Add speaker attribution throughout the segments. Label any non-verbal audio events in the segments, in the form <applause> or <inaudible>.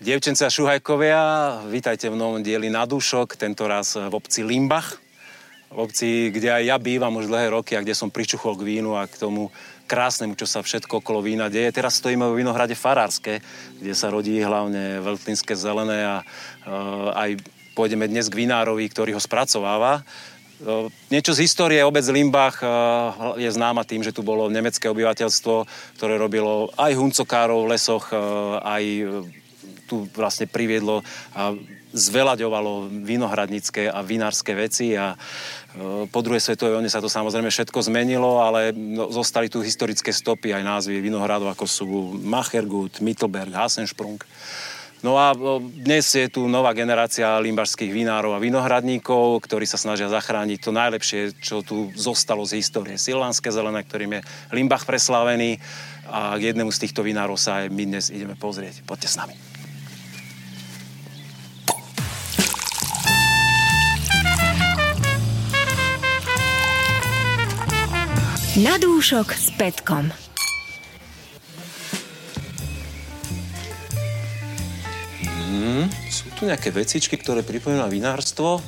Speaker 1: Dievčence a šuhajkovia, vítajte v novom dieli na dušok, tento raz v obci Limbach. V obci, kde aj ja bývam už dlhé roky a kde som pričuchol k vínu a k tomu krásnemu, čo sa všetko okolo vína deje. Teraz stojíme vo vinohrade Farárske, kde sa rodí hlavne veľtlinské zelené a e, aj pôjdeme dnes k vinárovi, ktorý ho spracováva. E, Niečo z histórie obec Limbach e, je známa tým, že tu bolo nemecké obyvateľstvo, ktoré robilo aj huncokárov v lesoch, e, aj tu vlastne priviedlo a zveľaďovalo vinohradnícke a vinárske veci a e, po druhej svetovej vojne sa to samozrejme všetko zmenilo, ale no, zostali tu historické stopy aj názvy vinohradov ako sú Machergut, Mittelberg, Hasensprung. No a dnes je tu nová generácia limbašských vinárov a vinohradníkov, ktorí sa snažia zachrániť to najlepšie, čo tu zostalo z histórie. Silvánske zelené, ktorým je Limbach preslavený a k jednému z týchto vinárov sa aj my dnes ideme pozrieť. Poďte s nami.
Speaker 2: Nadúšok s Petkom.
Speaker 1: Mm, sú tu nejaké vecičky, ktoré pripomínajú vinárstvo?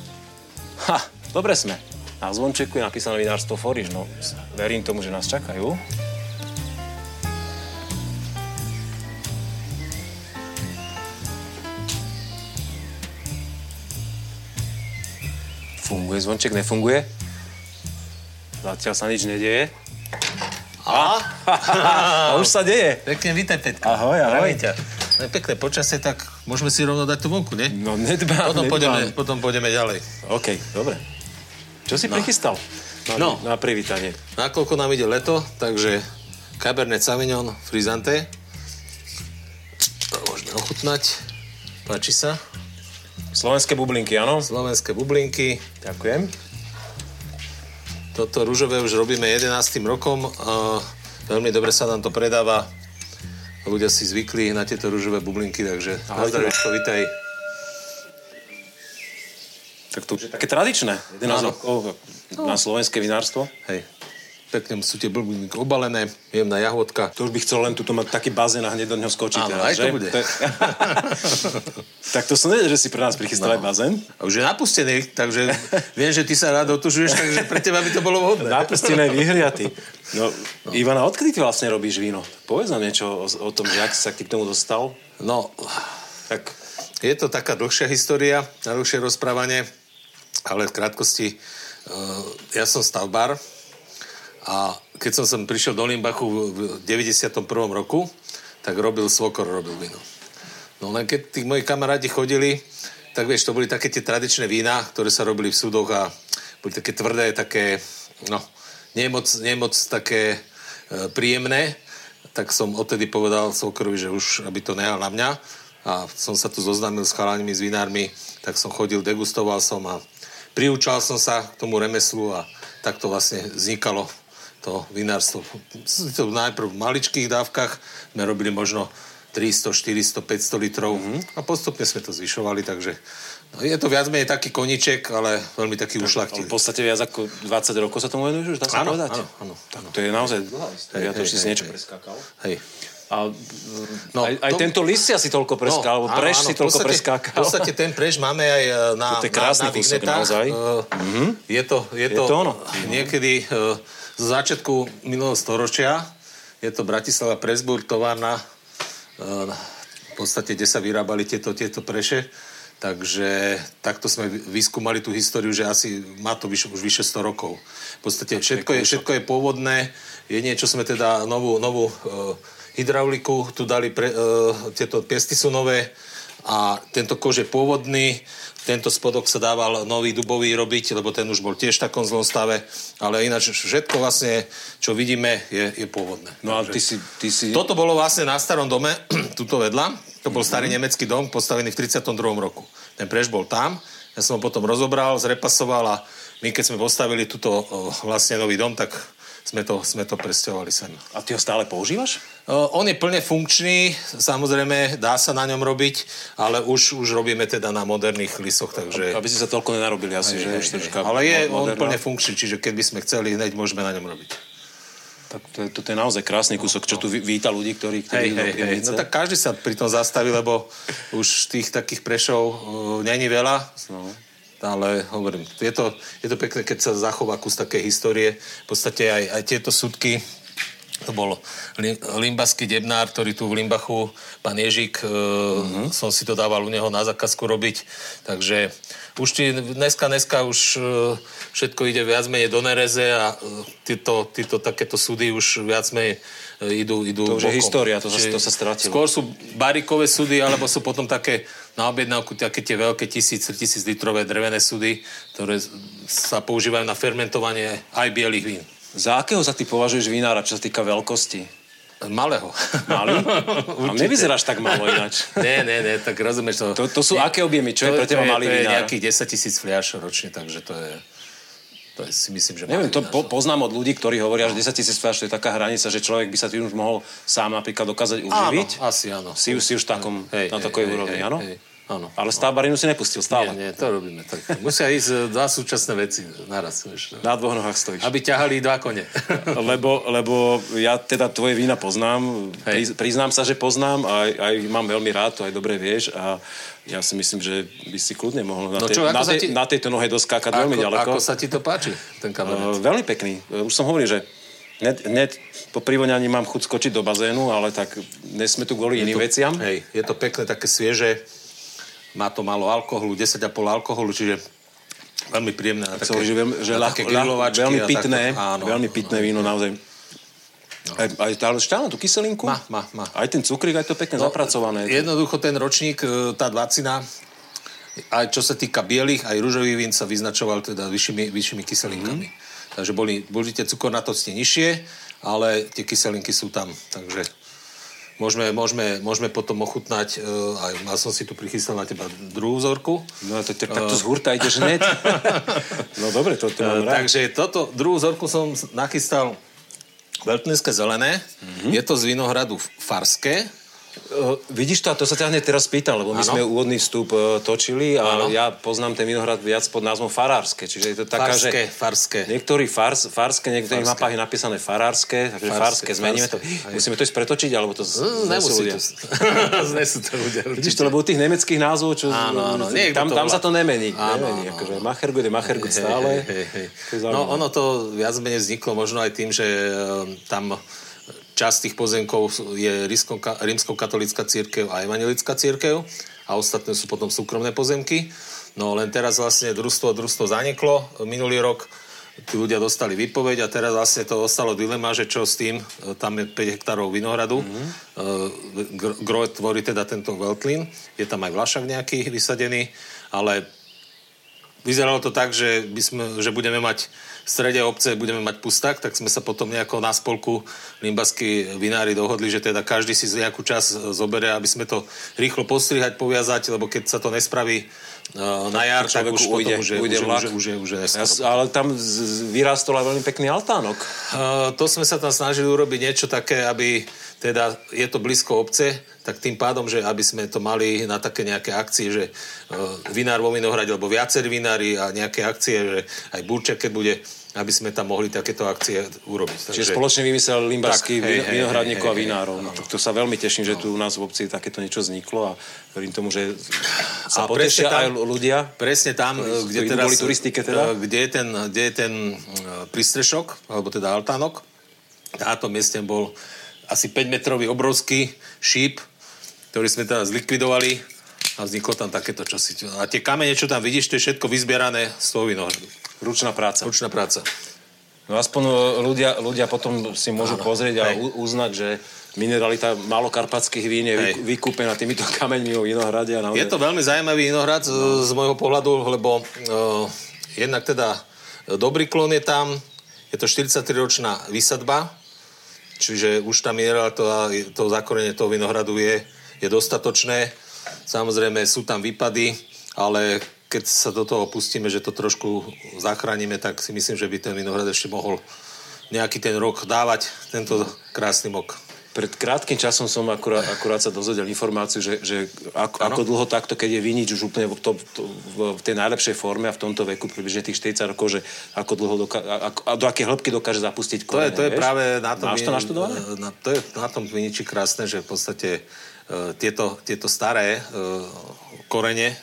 Speaker 1: Ha, dobre sme. Na zvončeku je napísané vinárstvo Foriš, no verím tomu, že nás čakajú. Funguje zvonček, nefunguje? Zatiaľ sa nič nedeje. A? <laughs> A už sa deje.
Speaker 3: Pekne, vítaj Petka.
Speaker 1: Ahoj, ahoj.
Speaker 3: Zdravím ťa. No, pekné počasie, tak môžeme si rovno dať tú vonku, ne?
Speaker 1: No nedbám,
Speaker 3: potom,
Speaker 1: nedbám.
Speaker 3: pôjdeme, potom pôjdeme ďalej.
Speaker 1: OK, dobre. Čo si
Speaker 3: No.
Speaker 1: prichystal? Na,
Speaker 3: No.
Speaker 1: Na privítanie.
Speaker 3: Nakoľko No, nám ide leto, takže Cabernet Sauvignon Frisante. To môžeme ochutnať. Páči sa.
Speaker 1: Slovenské bublinky, áno?
Speaker 3: Slovenské bublinky.
Speaker 1: Ďakujem.
Speaker 3: Toto rúžové už robíme 11. rokom. a veľmi dobre sa nám to predáva. Ľudia si zvykli na tieto rúžové bublinky, takže na
Speaker 1: Ahojte.
Speaker 3: zdravíčko, vítaj.
Speaker 1: Tak to už je také tradičné. 11
Speaker 3: Áno.
Speaker 1: rokov na slovenské vinárstvo.
Speaker 3: Hej. Pekne sú tie bublinky obalené, jemná jahôdka.
Speaker 1: To už by chcel len tuto mať taký bazén a hneď do neho skočiť
Speaker 3: Áno,
Speaker 1: teraz,
Speaker 3: aj to
Speaker 1: že?
Speaker 3: bude. <laughs>
Speaker 1: je- tak to som nevedel, že si pre nás
Speaker 3: No.
Speaker 1: prichystal aj bazén.
Speaker 3: A už je napustený, takže viem, že ty sa rád otužuješ, takže pre teba by to bolo vhodné.
Speaker 1: Naprstené vyhriaty. No, Ivana, odkedy ty vlastne robíš víno? Povedz nám niečo o, o tom, že ak sa ty k tomu dostal.
Speaker 3: No, tak je to taká dlhšia história, na dlhšie rozprávanie, ale v krátkosti, eh, ja som stavbár a keď som sem prišiel do Limbachu v- v 91. roku, tak robil svokor, robil víno. No len keď tí moji kamaráti chodili, tak vieš, to boli také tie tradičné vína, ktoré sa robili v súdoch a boli také tvrdé, také, no, nie moc, nie moc také e, príjemné, tak som odtedy povedal svokrovi, že už aby to nehal na mňa a som sa tu zoznámil s chalanmi, s vinármi, tak som chodil, degustoval som a priučal som sa k tomu remeslu a tak to vlastne vznikalo to vinárstvo. To najprv v maličkých dávkach sme robili možno 300, 400, 500 litrov
Speaker 1: Mhm.
Speaker 3: mm-hmm. a postupne sme to zvyšovali, takže no, je to viac menej taký koniček, ale veľmi taký
Speaker 1: Ale
Speaker 3: ušlachtilý.
Speaker 1: v podstate viac ako 20 rokov sa tomu venuješ už, dá sa
Speaker 3: Áno,
Speaker 1: povedať?
Speaker 3: áno, áno,
Speaker 1: Tak
Speaker 3: áno.
Speaker 1: to je naozaj dlhá história,
Speaker 3: Hej,
Speaker 1: to už
Speaker 3: hej,
Speaker 1: si si
Speaker 3: hej,
Speaker 1: niečo
Speaker 3: hej.
Speaker 1: preskakal.
Speaker 3: Hej.
Speaker 1: A no,
Speaker 3: No,
Speaker 1: aj, aj
Speaker 3: to-
Speaker 1: tento list si asi toľko preskákal, alebo preš si
Speaker 3: v
Speaker 1: toľko
Speaker 3: podstate-
Speaker 1: preskákal.
Speaker 3: V podstate ten preš máme aj e, na,
Speaker 1: To je
Speaker 3: na,
Speaker 1: krásny
Speaker 3: na
Speaker 1: kúsok,
Speaker 3: vignetách.
Speaker 1: naozaj.
Speaker 3: E, Je to, je to,
Speaker 1: to ono.
Speaker 3: niekedy e, zo začiatku minulého storočia. Je to Bratislava Presburg, továrna. e, V podstate, kde sa vyrábali tieto, tieto preše. Takže takto sme vy- vyskúmali tú históriu, že asi má to vyš, už vyše 100 rokov. V podstate všetko je, všetko je pôvodné. Jedine, čo sme teda novú, novú e, hydrauliku tu dali, pre, e, tieto piesty sú nové a tento kož je pôvodný. Tento spodok sa dával nový dubový robiť, lebo ten už bol tiež v takom zlom stave. Ale ináč všetko vlastne, čo vidíme, je, je pôvodné.
Speaker 1: No a ty si, ty si...
Speaker 3: Toto bolo vlastne na starom dome, <clears throat> tuto vedľa. To bol starý nemecký dom, postavený v 32. roku. Ten prež bol tam. Ja som ho potom rozobral, zrepasoval a my keď sme postavili túto o, vlastne nový dom, tak sme to, sme to presťahovali sem.
Speaker 1: A ty ho stále používaš?
Speaker 3: O, On je plne funkčný, samozrejme dá sa na ňom robiť, ale už, už robíme teda na moderných lisoch, takže...
Speaker 1: Aby si sa toľko nenarobili asi, že? už troška
Speaker 3: Ale je
Speaker 1: mo-
Speaker 3: on
Speaker 1: moderná.
Speaker 3: plne funkčný, čiže keď by sme chceli, hneď môžeme na ňom robiť.
Speaker 1: Tak to je, toto je naozaj krásny kúsok, čo tu ví- víta ľudí, ktorí, ktorí
Speaker 3: Hej,
Speaker 1: idú do
Speaker 3: hej, hej.
Speaker 1: Privnice.
Speaker 3: No tak každý sa pri tom zastaví, lebo už tých takých prešov uh, není veľa.
Speaker 1: No.
Speaker 3: Ale hovorím, je to, je to pekné, keď sa zachová kus takej histórie. V podstate aj, aj tieto súdky, to bol Lim, limbaský debnár, ktorý tu v Limbachu, pán Ježik,
Speaker 1: Mhm.
Speaker 3: mm-hmm. som si to dával u neho na zákazku robiť. Takže už ti dneska, dneska už e, všetko ide viac menej do nereze a e, títo, títo takéto súdy už viac menej e, idú, idú
Speaker 1: To už je
Speaker 3: bokom.
Speaker 1: história, to sa-
Speaker 3: Čiže
Speaker 1: to sa stratilo.
Speaker 3: Skôr sú barikové súdy, alebo sú potom také na objednávku také tie veľké tisíc, tisíc litrové drevené súdy, ktoré s- sa používajú na fermentovanie aj bielých vín.
Speaker 1: Za akého sa ty považuješ vinára, čo sa týka veľkosti?
Speaker 3: Malého. <laughs>
Speaker 1: <laughs> Malý? A nevyzeráš tak malo <laughs> ináč.
Speaker 3: Ne, ne, ne, tak rozumieš to.
Speaker 1: To- to sú aké objemy? Čo je pre teba
Speaker 3: to
Speaker 1: malý
Speaker 3: to je
Speaker 1: vinár?
Speaker 3: nejakých 10 tisíc fliaš ročne, takže to je, to je si myslím, že
Speaker 1: Neviem,
Speaker 3: malý
Speaker 1: to
Speaker 3: vinár.
Speaker 1: po, poznám od ľudí, ktorí hovoria, že 10 tisíc fľaš to je taká hranica, že človek by sa tým už mohol sám napríklad dokázať
Speaker 3: Áno,
Speaker 1: uživiť.
Speaker 3: No, asi áno.
Speaker 1: Si, si už v takom,
Speaker 3: Hej,
Speaker 1: na
Speaker 3: hej,
Speaker 1: takej
Speaker 3: hej,
Speaker 1: úrovni,
Speaker 3: hej,
Speaker 1: áno?
Speaker 3: hej, áno.
Speaker 1: Ale stábarinu si nepustil stále.
Speaker 3: Nie, nie, to robíme tak. Musia ísť e, dva súčasné veci naraz, vieš. no.
Speaker 1: Na dvoch nohách stojíš.
Speaker 3: Aby ťahali dva kone.
Speaker 1: Lebo, lebo ja teda tvoje vína poznám, pri,
Speaker 3: Hej.
Speaker 1: priznám sa, že poznám a aj, aj ich mám veľmi rád, to aj dobre vieš a ja si myslím, že by si kľudne mohol na,
Speaker 3: No
Speaker 1: tej,
Speaker 3: čo, ako
Speaker 1: na,
Speaker 3: sa
Speaker 1: tej,
Speaker 3: ti-
Speaker 1: na tejto nohe doskákať <laughs> veľmi
Speaker 3: ako,
Speaker 1: ďaleko.
Speaker 3: ako sa ti to páči, ten
Speaker 1: E,
Speaker 3: kabaret?
Speaker 1: veľmi pekný. E, Už som hovoril, že net, net, po privoňaní mám chuť skočiť do bazénu, ale tak dnes sme tu kvôli iným
Speaker 3: to-
Speaker 1: veciam.
Speaker 3: Hej, je to pekné, také svieže. Má to málo alkoholu, 10,5 alkoholu, čiže veľmi príjemné. Na
Speaker 1: Tak som hovoril, že, veľmi, že ľahko, ľahko,
Speaker 3: grilovačky
Speaker 1: veľmi
Speaker 3: a
Speaker 1: pitné,
Speaker 3: také- áno,
Speaker 1: veľmi
Speaker 3: áno. No.
Speaker 1: pitné víno naozaj. Aj, aj, ale ešte áno, tú kyselinku?
Speaker 3: Má, má, má.
Speaker 1: Aj ten cukrík, aj to pekne
Speaker 3: No,
Speaker 1: zapracované.
Speaker 3: Jednoducho ten ročník, e, tá dvacina, aj čo sa týka bielých, aj rúžových vín sa vyznačoval teda vyššími, vyššími kyselinkami.
Speaker 1: Mhm.
Speaker 3: Takže boli, boli tie cukornatosti nižšie, ale tie kyselinky sú tam, takže môžeme, môžeme, môžeme potom ochutnať, e, aj mal som si tu prichystal na teba druhú vzorku.
Speaker 1: No to, to,
Speaker 3: Eh.
Speaker 1: takto z hurta ideš
Speaker 3: <laughs>
Speaker 1: hneď. no dobre, to, to
Speaker 3: E,
Speaker 1: mám rád. Takže...
Speaker 3: Takže toto, druhú zorku som s- nachystal veľtlinské zelené.
Speaker 1: Mhm.
Speaker 3: Je to z vinohradu v Farské.
Speaker 1: Eh, Vidíš to, a to sa ťa hneď teraz pýtam, lebo my
Speaker 3: Áno.
Speaker 1: sme úvodný vstup e, točili a
Speaker 3: Áno.
Speaker 1: ja poznám ten vinohrad viac pod názvom Farárske, čiže je to taká, že...
Speaker 3: Farské, Farské.
Speaker 1: Niektorí fars, farské, niektorých
Speaker 3: Farské.
Speaker 1: mapách je napísané farárske, takže farské,
Speaker 3: Farské,
Speaker 1: zmeníme to.
Speaker 3: farské, hej.
Speaker 1: Musíme to ísť pretočiť, alebo to z,
Speaker 3: Mm,
Speaker 1: znesú
Speaker 3: Nemusí
Speaker 1: ľudia.
Speaker 3: to. Znesú to ľudia.
Speaker 1: Vidíš to, lebo u tých nemeckých názvov, čo,
Speaker 3: Áno, áno, niekto
Speaker 1: tam,
Speaker 3: to
Speaker 1: tam
Speaker 3: volá.
Speaker 1: sa to nemení.
Speaker 3: Áno,
Speaker 1: nemení
Speaker 3: áno,
Speaker 1: akože Machergut je Machergut
Speaker 3: Hej,
Speaker 1: stále.
Speaker 3: hej, hej,
Speaker 1: To je
Speaker 3: hej.
Speaker 1: zaujímavé.
Speaker 3: No ono to viac menej vzniklo možno aj tým, že e, tam časť tých pozemkov sú- je rímsko- ka- rímskokatolická církev a evangelická církev a ostatné sú potom súkromné pozemky. No len teraz vlastne družstvo, družstvo zaniklo minulý rok, tí ľudia dostali výpoveď a teraz vlastne to ostalo dilema, že čo s tým, E, tam je 5 hektárov vinohradu,
Speaker 1: Mhm.
Speaker 3: mm-hmm. Groe tvorí teda tento Veltlin, je tam aj Vlašak nejaký vysadený, ale Vyzeralo to tak, že, by sme, že budeme mať v strede obce budeme mať pustak, tak sme sa potom nejako na spolku limbaskí vinári dohodli, že teda každý si z nejakú čas zoberie, aby sme to rýchlo postrihať, poviazať, lebo keď sa to nespraví uh, na jar, tak
Speaker 1: človeku
Speaker 3: už
Speaker 1: ujde-
Speaker 3: potom už je,
Speaker 1: ujde
Speaker 3: už, je-
Speaker 1: vlak.
Speaker 3: už, je- už, je- už je
Speaker 1: Ja,
Speaker 3: neskoro.
Speaker 1: s- ale tam z, z, vyrástol aj veľmi pekný altánok.
Speaker 3: Uh, to sme sa tam snažili urobiť niečo také, aby teda je to blízko obce, tak tým pádom, že aby sme to mali na také nejaké akcie, že uh, vinár vo Vinohrade, alebo viacerí vinári a nejaké akcie, že aj Burček, keď bude, aby sme tam mohli takéto akcie urobiť.
Speaker 1: Čiže spoločne vymyslel limbarský
Speaker 3: Tak, hej, hej,
Speaker 1: vinohradníkov a
Speaker 3: hej, hej,
Speaker 1: vinárov. No, tak to sa veľmi teším, že tu u nás v obci takéto niečo vzniklo a verím tomu, že sa
Speaker 3: A presne
Speaker 1: potešia
Speaker 3: tam-
Speaker 1: aj ľudia.
Speaker 3: Presne tam, eh,
Speaker 1: Ktorí-
Speaker 3: kde
Speaker 1: ktorí
Speaker 3: teraz...
Speaker 1: boli turistike teda?
Speaker 3: e, Kde je ten, kde je ten e, prístrešok, alebo teda altánok. Na tom mieste bol asi 5-metrový obrovský šíp, ktorý sme teda zlikvidovali a vzniklo tam takéto čosi. A tie kamene, čo tam vidíš, to je všetko vyzbierané z toho vinohradu.
Speaker 1: Ručná práca.
Speaker 3: Ručná práca.
Speaker 1: No aspoň e, ľudia, ľudia potom si môžu
Speaker 3: Áno,
Speaker 1: pozrieť a
Speaker 3: hej.
Speaker 1: u, uznať, že mineralita malokarpatských vín je
Speaker 3: Hej.
Speaker 1: vyku- vykúpená týmito kameňmi o vinohrade. A naozaj-
Speaker 3: Je to veľmi zaujímavý vinohrad z, z môjho pohľadu, lebo uh, jednak teda e, dobrý klon je tam, je to 43-ročná vysadba, čiže už tá mineral, to, to zakorenie toho vinohradu je, je dostatočné. Samozrejme sú tam výpady, ale keď sa do toho pustíme, že to trošku zachránime, tak si myslím, že by ten vinohrad ešte mohol nejaký ten rok dávať tento krásny mok.
Speaker 1: Pred krátkým časom som akurát, akurát sa dozvedel informáciu, že, že ako, ako dlho takto, keď je Vinič už úplne v, to, to, v tej najlepšej forme a v tomto veku približne tých 40 rokov, že ako dlho doka- a, a do akej hĺbky dokáže zapustiť
Speaker 3: To
Speaker 1: korene,
Speaker 3: je, to je
Speaker 1: vieš?
Speaker 3: práve na tom...
Speaker 1: Máš to naštudované?
Speaker 3: e, Na, to je na tom viniči krásne, že v podstate e, tieto, tieto staré e, korene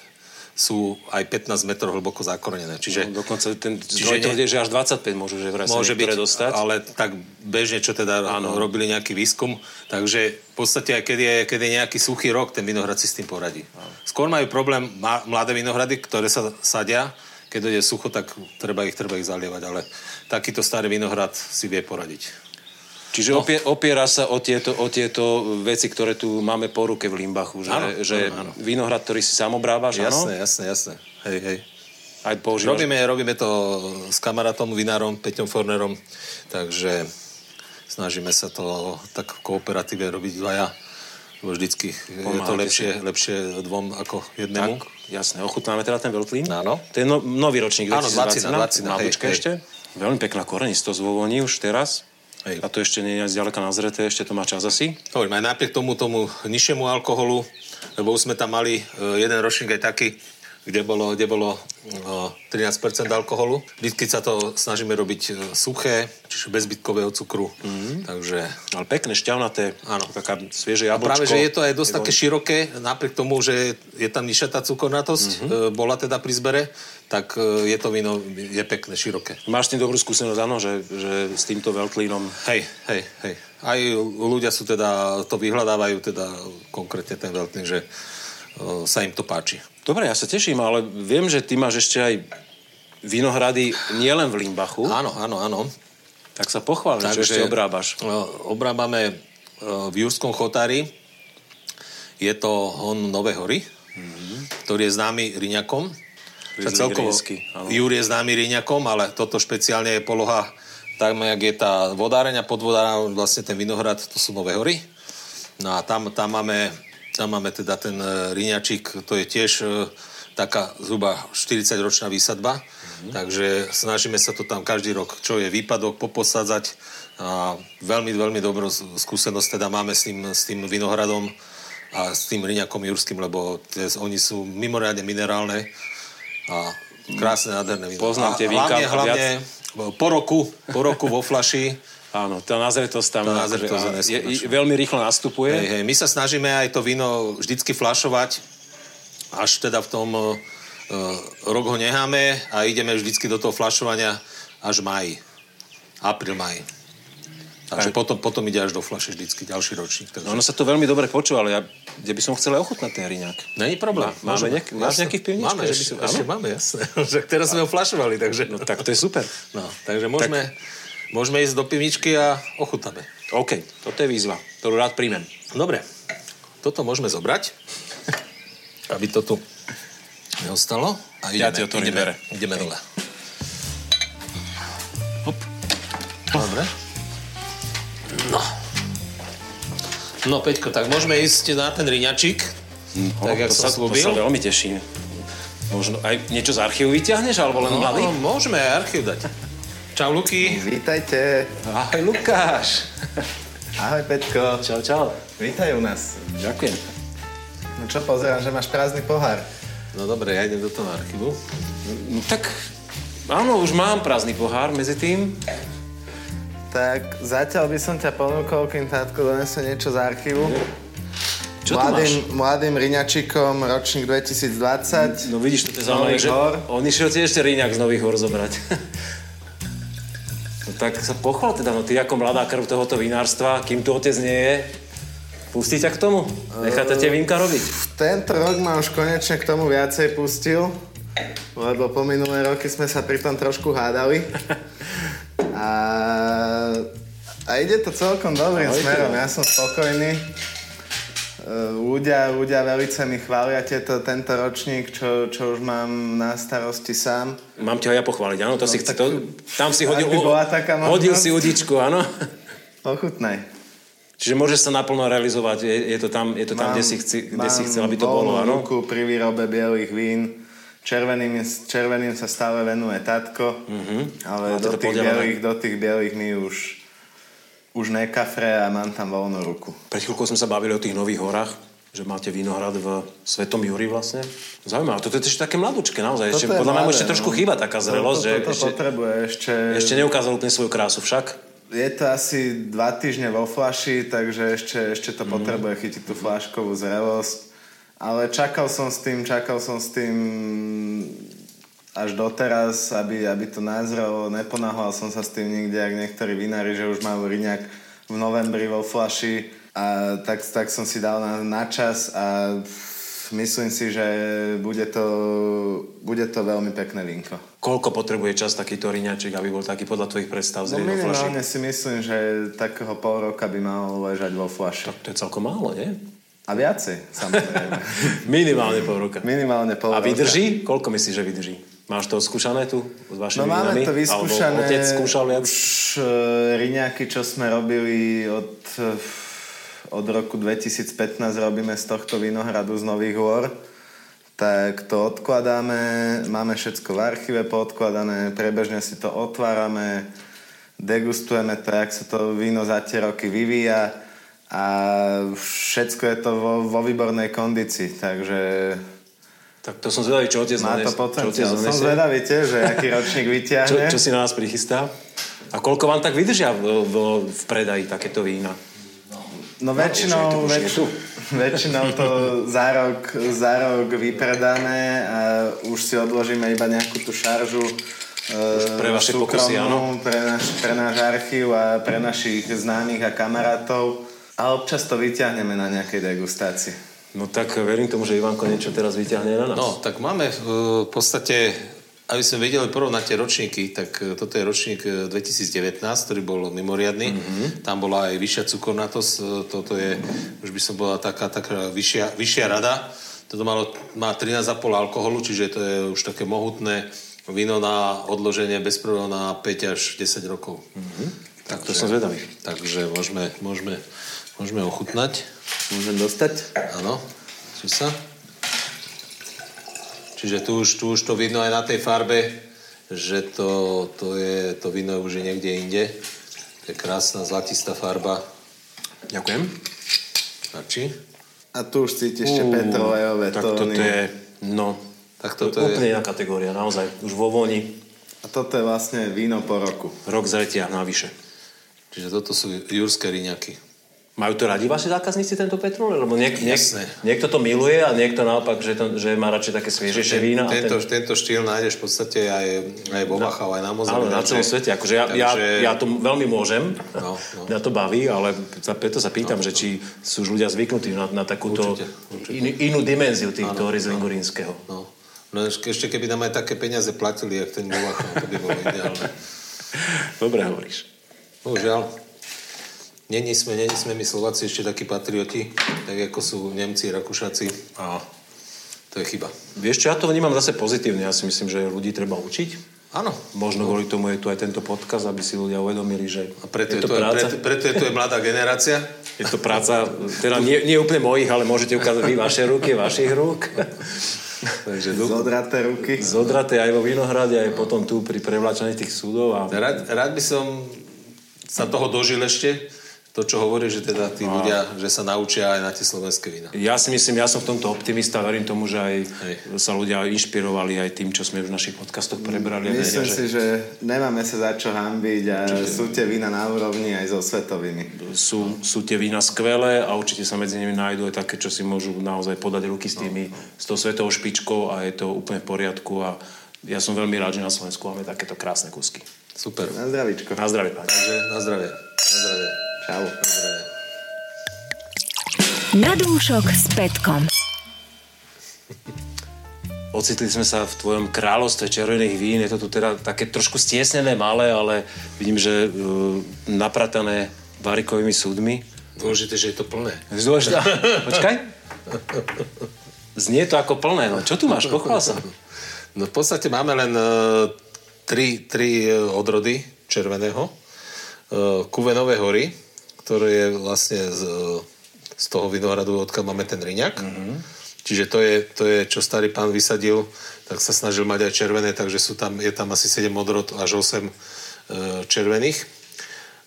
Speaker 3: sú aj 15 metrov hlboko zakorenené. Čiže
Speaker 1: No, dokonca ten
Speaker 3: Čiže
Speaker 1: zdroj to
Speaker 3: nie-
Speaker 1: ide, že až 25 môžu že vraj sa
Speaker 3: môže byť,
Speaker 1: niektoré dostať.
Speaker 3: ale tak bežne, čo teda
Speaker 1: Áno.
Speaker 3: ano. robili nejaký výskum. Takže v podstate, aj keď je, keď je nejaký suchý rok, ten vinohrad si s tým poradí. Skôr majú problém ma- mladé vinohrady, ktoré sa sadia, keď je sucho, tak treba ich, treba ich zalievať, ale takýto starý vinohrad si vie poradiť.
Speaker 1: Čiže
Speaker 3: no.
Speaker 1: opie, opiera sa o tieto, o tieto veci, ktoré tu máme po ruke v Limbachu. Že,
Speaker 3: Áno,
Speaker 1: že
Speaker 3: áno, áno.
Speaker 1: vinohrad, ktorý si sám obrávaš,
Speaker 3: Jasné,
Speaker 1: áno?
Speaker 3: jasné, jasné. Hej, hej.
Speaker 1: Aj používaš.
Speaker 3: Robíme, robíme to s kamarátom, vinárom, Peťom Fornerom, takže snažíme sa to tak v kooperatíve robiť dvaja. Lebo Vždycky je to
Speaker 1: Pomáhate
Speaker 3: lepšie, lepšie dvom ako jednému.
Speaker 1: Tak, jasné, ochutnáme teda ten veľtlín.
Speaker 3: Áno.
Speaker 1: To je no, nový ročník,
Speaker 3: Áno,
Speaker 1: 2020,
Speaker 3: 20,
Speaker 1: na
Speaker 3: hej,
Speaker 1: bučke
Speaker 3: hej.
Speaker 1: ešte. Veľmi pekná korenistosť vo voni už teraz.
Speaker 3: Hej.
Speaker 1: A to ešte nie je ani zďaleka nazreté, ešte to má čas asi.
Speaker 3: Hovorím, aj no napriek tomu, tomu nižšiemu alkoholu, lebo už sme tam mali e, jeden ročník aj taký, kde bolo, kde bolo e, 13% alkoholu. Vždy, keď sa to snažíme robiť e, suché, čiže bez bytkového cukru.
Speaker 1: Mhm.
Speaker 3: Takže
Speaker 1: Ale pekné, šťavnaté,
Speaker 3: Áno.
Speaker 1: taká svieže
Speaker 3: A
Speaker 1: jablčko.
Speaker 3: práve, že je to aj dosť
Speaker 1: Je
Speaker 3: také široké, napriek tomu, že je tam nižšia tá cukornatosť, e, bola teda pri zbere, tak e, je to víno, je pekné, široké.
Speaker 1: Máš s tým dobrú skúsenosť, áno, že, že s týmto veľtlínom
Speaker 3: Hej, hej, hej. Aj ľudia sú teda, to vyhľadávajú teda konkrétne ten veľký, že e, sa im to páči.
Speaker 1: Dobre, ja sa teším, ale viem, že ty máš ešte aj vinohrady nielen v Limbachu, A?
Speaker 3: Áno, áno, áno.
Speaker 1: tak sa pochvál, že ešte obrábaš.
Speaker 3: e, Obrábame e, v Jurskom chotári, je to hon Nové hory, ktorý je známy Riňakom.
Speaker 1: Riesling
Speaker 3: celkovo
Speaker 1: rínsky, Mhm. áno.
Speaker 3: Júr je známy Riňakom, ale toto špeciálne je poloha tak, jak je tá vodáreň a podvodáreň, vlastne ten vinohrad, to sú Nové hory. No a tam, tam, máme, tam máme teda ten e, Riňačik, to je tiež e, taká zhruba 40-ročná výsadba,
Speaker 1: Mhm.
Speaker 3: takže snažíme sa to tam každý rok, čo je výpadok, poposadzať. A veľmi, veľmi dobrú s- skúsenosť teda máme s tým, s tým vinohradom a s tým Riňakom Jurským, lebo tie, oni sú mimoriadne minerálne a krásne, nádherné víno.
Speaker 1: Poznám
Speaker 3: A
Speaker 1: tie vínka
Speaker 3: hlavne,
Speaker 1: viac.
Speaker 3: hlavne po roku, po roku vo
Speaker 1: <laughs>
Speaker 3: flaši
Speaker 1: Áno, tá nazretosť tam
Speaker 3: Tá nazretosť
Speaker 1: akože, je,
Speaker 3: je
Speaker 1: je,
Speaker 3: neskutočná.
Speaker 1: veľmi rýchlo nastupuje.
Speaker 3: Hej, hej, my sa snažíme aj to víno vždycky flašovať, až teda v tom uh, rok ho necháme a ideme vždycky do toho flašovania až maj. Apríl, maj. Takže potom, potom ide až do flaše vždycky ďalší ročník.
Speaker 1: No,
Speaker 3: Takže...
Speaker 1: ono sa to veľmi dobre počúva, ale ja, kde by som chcel aj ochutnať ten riňák.
Speaker 3: Není problém.
Speaker 1: Má- máme
Speaker 3: Môžeme.
Speaker 1: nejak- máš
Speaker 3: Jasne.
Speaker 1: nejaký v pivničke,
Speaker 3: Máme,
Speaker 1: že by
Speaker 3: ešte,
Speaker 1: si-
Speaker 3: ešte máme, jasné. <laughs> Že teraz sme ho flašovali, takže...
Speaker 1: No tak to je super.
Speaker 3: No, takže môžeme, môžeme ísť do pivničky a ochutnáme.
Speaker 1: OK, toto je výzva, ktorú rád príjmem.
Speaker 3: Dobre, toto môžeme zobrať, <laughs> aby to tu neostalo. A
Speaker 1: Ja
Speaker 3: ideme,
Speaker 1: ti otvorím
Speaker 3: ideme,
Speaker 1: dvere.
Speaker 3: ideme dole.
Speaker 1: Hop.
Speaker 3: Dobre. No. No, Peťko, tak môžeme ísť na ten riňačik. tak, jak
Speaker 1: Mhm. to,
Speaker 3: som
Speaker 1: sa, to
Speaker 3: slúbil.
Speaker 1: sa veľmi teším. Možno aj niečo z archívu vyťahneš, alebo len
Speaker 3: No,
Speaker 1: mladý?
Speaker 3: môžeme aj archív dať. Čau, Luky.
Speaker 4: Vítajte.
Speaker 1: Ahoj, Lukáš.
Speaker 4: Ahoj, Petko.
Speaker 1: Čau, čau.
Speaker 4: Vítaj u nás.
Speaker 1: Ďakujem.
Speaker 4: No čo, pozerám, že máš prázdny pohár.
Speaker 3: No dobre, ja idem do toho archívu.
Speaker 1: No tak, áno, už mám prázdny pohár medzi tým.
Speaker 4: Tak zatiaľ by som ťa ponúkol, kým tátko donesie niečo z archívu.
Speaker 1: Čo tu máš?
Speaker 4: mladým, mladým riňačikom, ročník 2020.
Speaker 1: No vidíš, to je zaujímavé,
Speaker 4: Nový
Speaker 1: že
Speaker 4: hor.
Speaker 1: on išiel tiež ešte Ríňak z Nových hor zobrať. no tak sa pochvál teda, no ty ako mladá krv tohoto vinárstva, kým tu otec nie je, pustí ťa k tomu? Necháte tie vínka robiť?
Speaker 4: Tento rok ma už konečne k tomu viacej pustil, lebo po minulé roky sme sa pri tom trošku hádali. A, a ide to celkom dobrým
Speaker 1: Ahojte.
Speaker 4: smerom, ja som spokojný. E, Ľudia, ľudia velice mi chvália tieto, tento ročník, čo, čo už mám na starosti sám.
Speaker 1: Mám ťa aj ja pochváliť, áno, to si chce,
Speaker 4: No tak-
Speaker 1: to, tam si hodil,
Speaker 4: by
Speaker 1: o-
Speaker 4: bola taká možnosť.
Speaker 1: hodil si udičku, áno. <laughs>
Speaker 4: Ochutnaj.
Speaker 1: Čiže môžeš sa naplno realizovať, je, je to tam, je to tam kde, si chci, kde si chcel, aby to bolo, áno.
Speaker 4: ruku pri výrobe bielých vín. Červeným, je- červeným sa stále venuje tatko, ale
Speaker 1: Mhm. Máte
Speaker 4: do
Speaker 1: to
Speaker 4: tých,
Speaker 1: podelené.
Speaker 4: bielých, do tých bielých my už už nekafre a mám tam voľnú ruku.
Speaker 1: Pred chvíľkou sme sa bavili o tých nových horách, že máte vinohrad v Svetom Juri vlastne. Zaujímavé, ale toto je ešte také mladučké naozaj. Ešte,
Speaker 4: Toto je
Speaker 1: podľa mňa mu
Speaker 4: mladé,
Speaker 1: ešte trošku
Speaker 4: no.
Speaker 1: chýba taká zrelosť,
Speaker 4: Toto-
Speaker 1: že
Speaker 4: toto
Speaker 1: ešte,
Speaker 4: potrebuje ešte...
Speaker 1: ešte neukázal úplne svoju krásu však.
Speaker 4: Je to asi dva týždne vo flaši, takže ešte, ešte to potrebuje chytiť tú flaškovú zrelosť. Ale čakal som s tým, čakal som s tým až doteraz, aby, aby to názrelo. Neponáhľal som sa s tým nikde, ak niektorí vinári, že už majú riňak v novembri vo flaši. A tak, tak som si dal na, na čas a myslím si, že bude to, bude to veľmi pekné vinko.
Speaker 1: Koľko potrebuje čas takýto riňačik, aby bol taký podľa tvojich predstav
Speaker 4: No
Speaker 1: zrieť vo flaši?
Speaker 4: minimálne si myslím, že takého pol roka by mal ležať vo flaši.
Speaker 1: To je celkom málo, nie? <laughs>
Speaker 4: A viacej, samozrejme.
Speaker 1: Minimálne pol roka.
Speaker 4: minimálne pol
Speaker 1: A
Speaker 4: roka.
Speaker 1: vydrží? Koľko myslíš, že vydrží? Máš to skúšané tu s vašimi
Speaker 4: No máme
Speaker 1: vinami?
Speaker 4: to vyskúšané.
Speaker 1: Alebo otec skúšal viac?
Speaker 4: Už e, riňaky, čo sme robili od, e, od roku 2015, robíme z tohto vinohradu z Nových hôr. Tak to odkladáme, máme všetko v archíve poodkladané, prebežne si to otvárame, degustujeme to, jak sa to víno za tie roky vyvíja a všetko je to vo, vo výbornej kondícii, takže
Speaker 1: Tak to som zvedavý, čo otec
Speaker 4: Má
Speaker 1: dones- čo,
Speaker 4: to
Speaker 1: otec
Speaker 4: potenciál. Som
Speaker 1: donesie.
Speaker 4: zvedavý tiež, že aký ročník
Speaker 1: čo,
Speaker 4: vyťahne.
Speaker 1: čo si na nás prichystá? A koľko vám tak vydržia v, v, v predaji takéto vína?
Speaker 4: No
Speaker 1: už je to-
Speaker 4: väčšinou,
Speaker 1: už je
Speaker 4: väč-
Speaker 1: tu.
Speaker 4: <laughs> väčšinou to za rok, za rok vypredané a už si odložíme iba nejakú tú šaržu e,
Speaker 1: pre vaše
Speaker 4: súkromnú,
Speaker 1: pokusy, áno.
Speaker 4: Pre, naš, pre náš archív a pre našich známych a kamarátov. A občas to vyťahneme na nejakej degustácii.
Speaker 1: No tak verím tomu, že Ivanko niečo teraz vyťahne na nás.
Speaker 3: No, tak máme e, v podstate, aby sme vedeli porovnať tie ročníky, tak e, toto je ročník e, 2019, ktorý bol mimoriadný. Tam bola aj vyššia cukornatosť, e, toto je, už by som bola taká, taká vyššia, vyššia rada. Toto malo, má 13,5 alkoholu, čiže to je už také mohutné víno na odloženie bez problémov na 5 až 10 rokov.
Speaker 1: Tak to som zvedavý.
Speaker 3: Takže môžeme, môžeme, môžeme ochutnať.
Speaker 4: Môžem dostať?
Speaker 3: Áno, čo sa? Čiže tu už, tu už to vidno aj na tej farbe, že to, to, je, to víno už je niekde inde. To je krásna zlatistá farba.
Speaker 1: Ďakujem.
Speaker 3: Stačí?
Speaker 4: A tu už cítiš ešte petrolejové
Speaker 1: tak
Speaker 4: tóny.
Speaker 1: toto je, no,
Speaker 3: Tak
Speaker 1: to je
Speaker 3: toto je-
Speaker 1: úplne iná kategória, naozaj. Už vo voni,
Speaker 4: A toto je vlastne víno po roku.
Speaker 1: rok zretia navyše.
Speaker 3: Čiže toto sú jurské riňaky.
Speaker 1: Majú to radi vaši zákazníci tento petrol? Lebo niek, niek,
Speaker 3: Jasné.
Speaker 1: niekto to miluje a niekto naopak, že, to, že má radšej také sviežejšie vína. a
Speaker 3: Tento, ten... tento štýl nájdeš v podstate aj, aj vo Vachau, aj na
Speaker 1: Áno,
Speaker 3: Mozambique.
Speaker 1: na celom svete. Akože ja, ja, ja to veľmi môžem, no, no.
Speaker 3: No, no.
Speaker 1: mňa to baví, ale sa, preto sa pýtam, no, že či sú už ľudia zvyknutí na, na takúto určite,
Speaker 3: Určite,
Speaker 1: určite. In, inú dimenziu týchto Rieslingu rínskeho.
Speaker 3: No. No ešte keby nám aj také peniaze platili, jak ten vo Vachau, to by bolo ideálne.
Speaker 1: Dobre hovoríš.
Speaker 3: Bohužiaľ. Není sme, není sme my Slováci ešte takí patrioti, tak ako sú Nemci, Rakúšaci. A to je chyba.
Speaker 1: Vieš čo, ja to vnímam zase pozitívne. Ja si myslím, že ľudí treba učiť.
Speaker 3: Áno.
Speaker 1: Možno kvôli tomu je tu aj tento podkaz, aby si ľudia uvedomili, že
Speaker 3: A preto
Speaker 1: je
Speaker 3: je,
Speaker 1: to
Speaker 3: tu aj,
Speaker 1: práca.
Speaker 3: preto, preto je tu aj mladá generácia.
Speaker 1: Je to práca, teda nie, nie úplne mojich, ale môžete ukázať vy vaše ruky, vašich rúk. <laughs>
Speaker 3: Takže dú-
Speaker 4: Zodraté ruky.
Speaker 1: Zodraté aj vo Vinohrade, aj potom tu pri prevláčaní tých súdov. A...
Speaker 3: rád, rád by som sa toho dožil ešte. To, čo hovorí, že teda tí
Speaker 1: No.
Speaker 3: ľudia, že sa naučia aj na tie slovenské vína.
Speaker 1: Ja si myslím, ja som v tomto optimista, verím tomu, že aj
Speaker 3: Hej.
Speaker 1: sa ľudia inšpirovali aj tým, čo sme už v našich podcastoch prebrali. a
Speaker 4: Myslím
Speaker 1: vedia,
Speaker 4: si, že nemáme sa za čo hambiť a sú tie vína na úrovni aj so svetovými.
Speaker 1: sú, sú tie vína skvelé a určite sa medzi nimi nájdú aj také, čo si môžu naozaj podať ruky s tými, s tou svetovou špičkou a je to úplne v poriadku a ja som veľmi rád, že na Slovensku máme takéto krásne kúsky.
Speaker 3: Super.
Speaker 4: Na zdravíčko.
Speaker 1: Na zdravie, páni.
Speaker 3: Takže na zdravie. Na zdravie.
Speaker 4: Čau.
Speaker 3: Na zdravie.
Speaker 2: Nadúšok s Petkom.
Speaker 1: Ocitli sme sa v tvojom kráľovstve červených vín. Je to tu teda také trošku stiesnené, malé, ale vidím, že uh, napratané varikovými súdmi.
Speaker 3: Dôležité, že je to plné.
Speaker 1: <laughs> Zložitá. Počkaj. Znie to ako plné. No, čo tu máš? Pochvál sa.
Speaker 3: No v podstate máme len uh, tri, tri e, odrody červeného. Uh, Kuvenové hory, ktoré je vlastne z, e, z toho vinohradu, odkiaľ máme ten riňak. Mm-hmm.
Speaker 1: Mhm.
Speaker 3: Čiže to je, to je, čo starý pán vysadil, tak sa snažil mať aj červené, takže sú tam, je tam asi 7 odrod až 8 e, červených.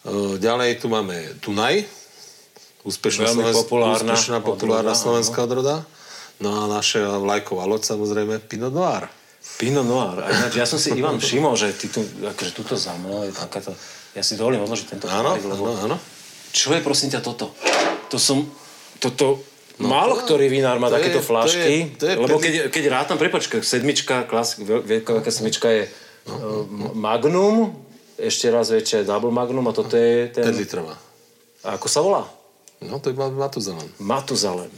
Speaker 3: E, Ďalej tu máme Tunaj, úspešná,
Speaker 1: Veľmi
Speaker 3: slovensk-
Speaker 1: populárna
Speaker 3: úspešná
Speaker 1: odroda,
Speaker 3: populárna
Speaker 1: áno.
Speaker 3: slovenská odroda. No a naša vlajková loď samozrejme Pinot Noir.
Speaker 1: Pinot Noir. A ináč, ja som si Ivan všimol, že ty tu, akože tuto za mnou je takáto... Ja si dovolím odložiť tento
Speaker 3: Áno,
Speaker 1: chválik, lebo
Speaker 3: áno, áno.
Speaker 1: Čo je prosím ťa toto? To som... Toto... No, málo ktorý vinár má
Speaker 3: to
Speaker 1: takéto
Speaker 3: je- to
Speaker 1: flášky,
Speaker 3: je- to je
Speaker 1: lebo
Speaker 3: pedli-
Speaker 1: keď, keď rátam, prepačka, sedmička, klasik, veľ- veľká, veľká sedmička je no, Magnum, ešte raz väčšia je Double Magnum a toto je ten...
Speaker 3: 5 litrová.
Speaker 1: A ako sa volá?
Speaker 3: No to iba Matuzalan.
Speaker 1: Matuzalem.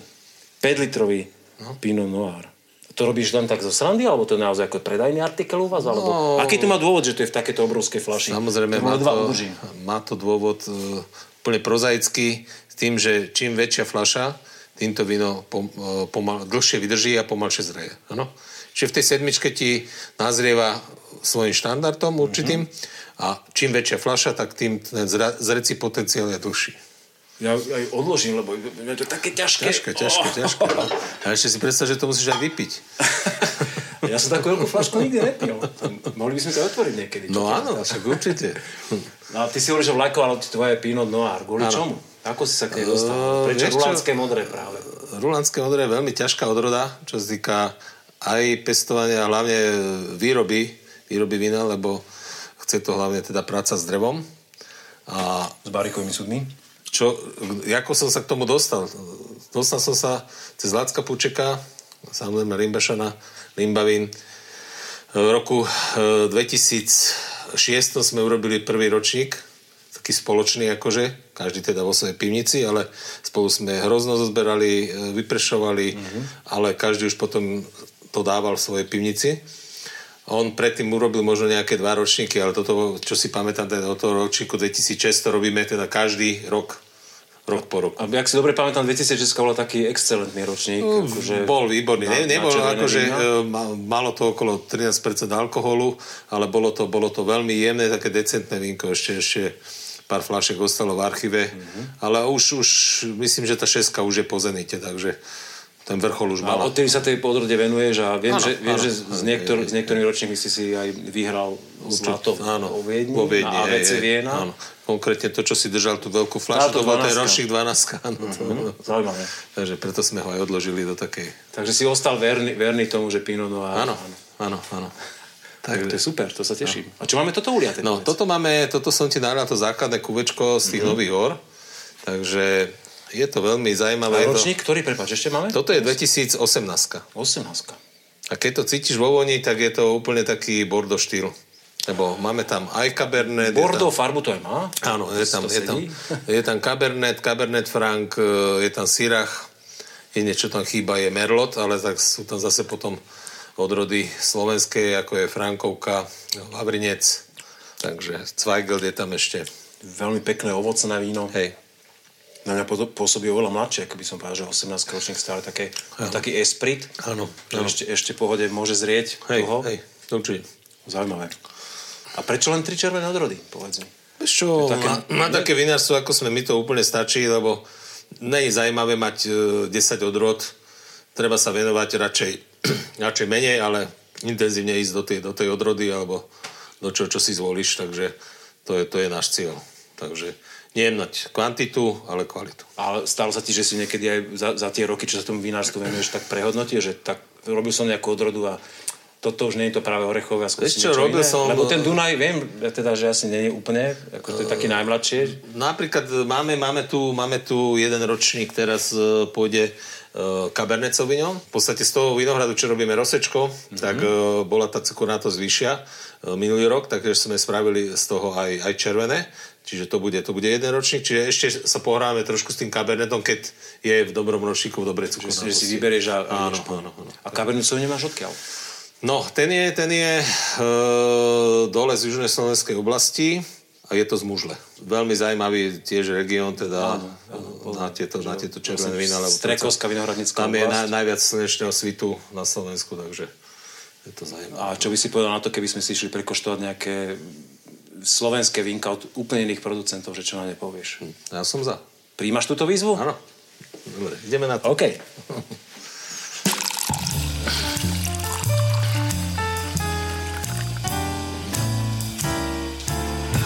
Speaker 1: 5 litrový no. Pinot Noir. To robíš len tak zo srandy, alebo to je naozaj ako predajný artikel u vás? Alebo...
Speaker 3: No.
Speaker 1: Aký to má dôvod, že to je v takéto obrovskej flaši? to
Speaker 3: Samozrejme
Speaker 1: má
Speaker 3: má
Speaker 1: dva
Speaker 3: to,
Speaker 1: úži.
Speaker 3: má to dôvod e, úplne prozaický s tým, že čím väčšia fľaša, týmto víno pom, e, pomal, dlhšie vydrží a pomalšie zreje. Áno. Čiže v tej sedmičke ti nazrieva svojim
Speaker 1: Mhm.
Speaker 3: štandardom určitým a čím väčšia fľaša, tak tým ten zra, zreci potenciál je dlhší.
Speaker 1: Ja aj odložím, lebo je to také ťažké.
Speaker 3: Ťažké, ťažké,
Speaker 1: Oh.
Speaker 3: ťažké. no. A ešte si predstav, že to musíš aj vypiť.
Speaker 1: <laughs> Ja som takú veľkú flašku nikdy nepil. Mohli by sme to otvoriť niekedy. čo to
Speaker 3: No
Speaker 1: je?
Speaker 3: áno, však určite.
Speaker 1: No a ty si hovoríš, že vlajko, ale ti tvoje Pinot Noir. Kvôli
Speaker 3: Áno.
Speaker 1: čomu? Ako si sa k nej dostal?
Speaker 3: Eh,
Speaker 1: Prečo
Speaker 3: vieš čo?
Speaker 1: rulánske modré práve?
Speaker 3: Rulandské odroda je veľmi ťažká odroda, čo sa týka aj pestovania a hlavne e, výroby, výroby vína, lebo chce to hlavne teda práca s drevom. A
Speaker 1: S barikovými súdmi?
Speaker 3: čo, ako som sa k tomu dostal? Dostal som sa cez Lácka Pučeka, samozrejme Rimbašana, Rimbavín. V roku e, 2006 sme urobili prvý ročník, taký spoločný akože, každý teda vo svojej pivnici, ale spolu sme hrozno zozberali, e, vypršovali, ale každý už potom to dával v svojej pivnici. On predtým urobil možno nejaké dva ročníky, ale toto, čo si pamätám, teda od toho ročníku 2006 to robíme teda každý rok, rok po roku.
Speaker 1: A ak si dobre pamätám, 2006 bola taký excelentný ročník. akože-
Speaker 3: Bol výborný.
Speaker 1: na-
Speaker 3: Ne,
Speaker 1: no.
Speaker 3: nebol
Speaker 1: na červené
Speaker 3: akože,
Speaker 1: víno?
Speaker 3: e, ma- malo to okolo 13% alkoholu, ale bolo to, bolo to veľmi jemné, také decentné vínko. Ešte, ešte pár flašek ostalo v archíve.
Speaker 1: Mhm.
Speaker 3: Ale už, už myslím, že tá šeska už je po zenite, takže ten vrchol už
Speaker 1: A
Speaker 3: mal.
Speaker 1: odtedy sa tej podrode venuješ a viem,
Speaker 3: Áno,
Speaker 1: že, viem,
Speaker 3: áno.
Speaker 1: že s, niektor, s niektorými ročníkmi si si aj vyhral zlato
Speaker 3: Áno,
Speaker 1: vo Viedni,
Speaker 3: vo Viedni,
Speaker 1: na
Speaker 3: hej,
Speaker 1: AVC
Speaker 3: hej,
Speaker 1: Viena.
Speaker 3: Áno. Konkrétne to, čo si držal tú veľkú flašu,
Speaker 1: Táto Mhm.
Speaker 3: to bol ten
Speaker 1: 12-ka.
Speaker 3: ročník 12. Áno, to bolo.
Speaker 1: Zaujímavé.
Speaker 3: Takže preto sme ho aj odložili do takej...
Speaker 1: Takže si ostal verný, verný tomu, že Pinot Noir.
Speaker 3: Áno, áno, áno.
Speaker 1: Tak to je super, to sa teším. A čo máme toto uliate?
Speaker 3: No,
Speaker 1: dnes?
Speaker 3: toto máme, toto som ti nahral to základné kuvečko z
Speaker 1: Mhm.
Speaker 3: tých mm-hmm. nových hor. Takže je to veľmi
Speaker 1: A
Speaker 3: zaujímavé. Je
Speaker 1: ročník, ktorý, prepáč, ešte máme?
Speaker 3: To, toto je 2018.
Speaker 1: 18.
Speaker 3: A keď to cítiš vo voni, tak je to úplne taký bordo štýl. Lebo máme tam aj Cabernet. je
Speaker 1: Bordeaux
Speaker 3: tam-
Speaker 1: farbu to aj má.
Speaker 3: Áno, je tam,
Speaker 1: To
Speaker 3: je, tam,
Speaker 1: sedí? <laughs>
Speaker 3: je tam Cabernet, Cabernet Franc, e, je tam Syrah, je niečo tam chýba, je Merlot, ale tak sú tam zase potom odrody slovenské, ako je Frankovka, Vavrinec, takže Zweigelt je tam ešte.
Speaker 1: Veľmi pekné ovocné víno.
Speaker 3: Hej.
Speaker 1: Na mňa podo- pôsobí oveľa mladšie, ak by som povedal, že 18 ročník stále také, taký esprit.
Speaker 3: Áno,
Speaker 1: že
Speaker 3: áno.
Speaker 1: Ešte, ešte v pohode môže zrieť
Speaker 3: Hej,
Speaker 1: dlho.
Speaker 3: hej, určite.
Speaker 1: Zaujímavé. A prečo len tri červené odrody, povedz mi?
Speaker 3: Vieš čo,
Speaker 1: také-
Speaker 3: také, na, na také vinárstvo, ako sme my, to úplne stačí, lebo nie je zaujímavé mať e, 10 odrod. Treba sa venovať radšej, <clears throat> radšej menej, ale intenzívne ísť do tej, do tej odrody alebo do čo, čo si zvolíš, takže to je, to je náš cieľ. Takže nejemnať kvantitu, ale kvalitu.
Speaker 1: Ale stalo sa ti, že si niekedy aj za, za tie roky, čo sa tomu vinárstvu venuješ, tak prehodnotil, že tak robil som nejakú odrodu a toto už nie je to práve orechové a skúsim
Speaker 3: Vieš čo,
Speaker 1: niečo
Speaker 3: robil
Speaker 1: iné.
Speaker 3: som-
Speaker 1: Lebo ten Dunaj, viem ja teda, že asi nie je úplne, ako to je taký najmladšie.
Speaker 3: No, Napríklad máme, máme, tu, máme tu jeden ročník, teraz e, pôjde e, Cabernet Sauvignon. V podstate z toho vinohradu, čo robíme Rosečko,
Speaker 1: Mhm.
Speaker 3: mm-hmm. tak e, bola tá cukornatosť vyššia e, minulý rok, takže sme spravili z toho aj, aj červené. Čiže to bude, to bude jeden ročník, čiže ešte sa pohráme trošku s tým Cabernetom, keď je v dobrom ročníku v
Speaker 1: Že si,
Speaker 3: dobrej
Speaker 1: že si
Speaker 3: cukornatosti.
Speaker 1: vyberieš a...
Speaker 3: Áno, áno, áno.
Speaker 1: A Cabernet Sauvignon nemáš odkiaľ?
Speaker 3: No, ten je, ten je e, dole z južnej slovenskej oblasti a je to z mužle. Veľmi zaujímavý tiež región, teda áno, áno, na tieto, na tieto červené vína. lebo
Speaker 1: Strekovská vinohradnícka
Speaker 3: Tam je
Speaker 1: oblasť.
Speaker 3: na, najviac slnečného svitu na Slovensku, takže je to zaujímavé.
Speaker 1: A čo by si povedal na to, keby sme si išli prekoštovať nejaké slovenské vínka od úplne iných producentov, že čo na ne povieš?
Speaker 3: Ja som za.
Speaker 1: Príjmaš túto výzvu?
Speaker 3: Hm. Áno. Dobre, ideme na to.
Speaker 1: OK.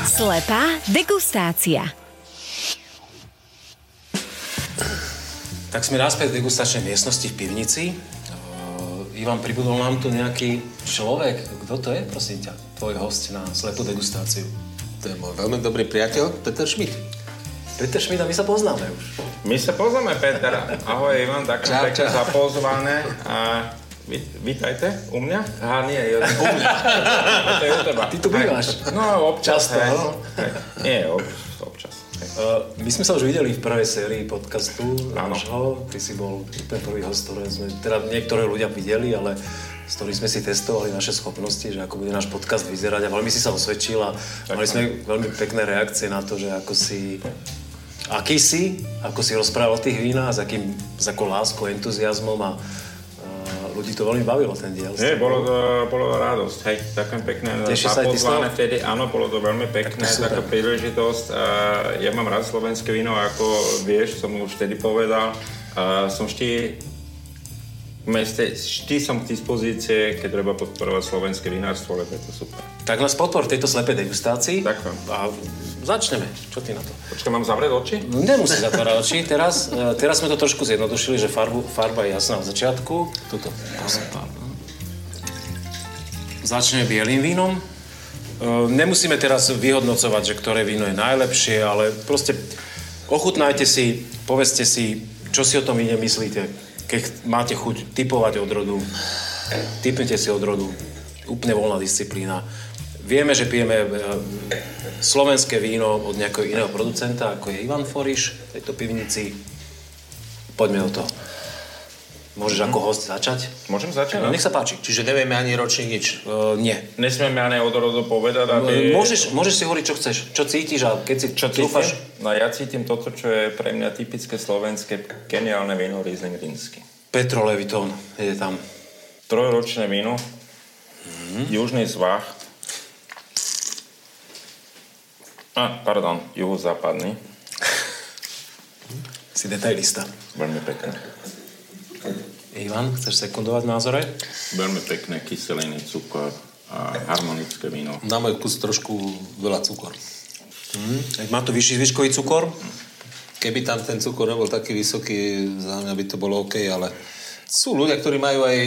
Speaker 2: s Slepá degustácia.
Speaker 1: Tak sme naspäť v degustačnej miestnosti v pivnici. Eh, Ivan, pribudol nám tu nejaký človek. Kto to je, prosím ťa? Tvoj host na slepú degustáciu.
Speaker 3: To je môj veľmi dobrý priateľ, Peter Schmidt.
Speaker 1: Peter Šmida, my sa poznáme už.
Speaker 5: My sa poznáme, Peter. Ahoj, Ivan, tak
Speaker 3: Čau,
Speaker 5: pekne
Speaker 3: čau.
Speaker 5: za pozvanie. A vy, vítajte u mňa? Á, nie, jo, u mňa. to je u teba.
Speaker 1: Ty tu bývaš.
Speaker 5: Hej. No, občas.
Speaker 1: Často,
Speaker 5: hej.
Speaker 1: áno.
Speaker 5: Hej. Nie, občas. občas. hej.
Speaker 1: Eh, My sme sa už videli v prvej sérii podcastu
Speaker 5: Áno.
Speaker 1: nášho. Ty si bol ten prvý host, ktoré sme, teda niektoré ľudia videli, ale s ktorým sme si testovali naše schopnosti, že ako bude náš podcast vyzerať a veľmi si sa osvedčil a mali sme veľmi pekné reakcie na to, že ako si aký si, ako si rozprával o tých vínach, s akým, s akou láskou, entuziasmom a eh, ľudí to veľmi bavilo ten diel.
Speaker 5: Nie, bolo to, bolo to radosť, hej, ďakujem pekne
Speaker 1: Tešíš sa aj ty
Speaker 5: za
Speaker 1: z toho?
Speaker 5: pozvanie vtedy, áno, bolo to veľmi
Speaker 1: Tak to
Speaker 5: pekné,
Speaker 1: super.
Speaker 5: taká príležitosť. A ja mám rád slovenské víno, ako vieš, som už vtedy povedal. A som vždy v meste, vždy som k dispozície, keď treba podporovať slovenské vinárstvo, lebo je to super.
Speaker 1: Tak nás podpor v tejto slepej degustácii
Speaker 5: Ďakujem.
Speaker 1: a začneme. Čo ty na to?
Speaker 5: Počkaj, mám zavrieť oči?
Speaker 1: No Nemusí zatvárať oči. Teraz, e, teraz sme to trošku zjednodušili, že farbu, farba je jasná od začiatku. Tuto. Začneme bielým vínom. E, Nemusíme teraz vyhodnocovať, že ktoré víno je najlepšie, ale proste ochutnajte si, povedzte si, čo si o tom víne myslíte. Keď máte chuť typovať odrodu, typnite si odrodu. Úplne voľná disciplína. Vieme, že pijeme e, slovenské víno od nejakého iného producenta, ako je Ivan Foriš v tejto pivnici. Poďme do toho. Môžeš ako host začať?
Speaker 5: Môžem začať?
Speaker 1: No, nech sa páči.
Speaker 3: Čiže nevieme ani ročne nič.
Speaker 1: Uh, nie.
Speaker 5: Nesmieme ani od rodu povedať, aby...
Speaker 1: No, Môžeš, môžeš si hovoriť, čo chceš, čo cítiš a keď si
Speaker 5: Čo
Speaker 1: trúfaš-
Speaker 5: cítim? No ja cítim toto, čo je pre mňa typické slovenské geniálne víno Riesling Rínsky.
Speaker 1: Petro Leviton je tam.
Speaker 5: Trojročné víno, južný zvah. A, pardon, juhozápadný.
Speaker 1: Si detailista.
Speaker 5: Veľmi pekné.
Speaker 1: Ivan, chceš sekundovať v názore?
Speaker 5: Veľmi pekné kyseliny, cukor a harmonické víno.
Speaker 3: Na môj kus trošku veľa cukor.
Speaker 1: Má to vyšší zvyškový cukor?
Speaker 3: Keby tam ten cukor nebol taký vysoký, za mňa by to bolo OK, ale sú ľudia, ktorí majú aj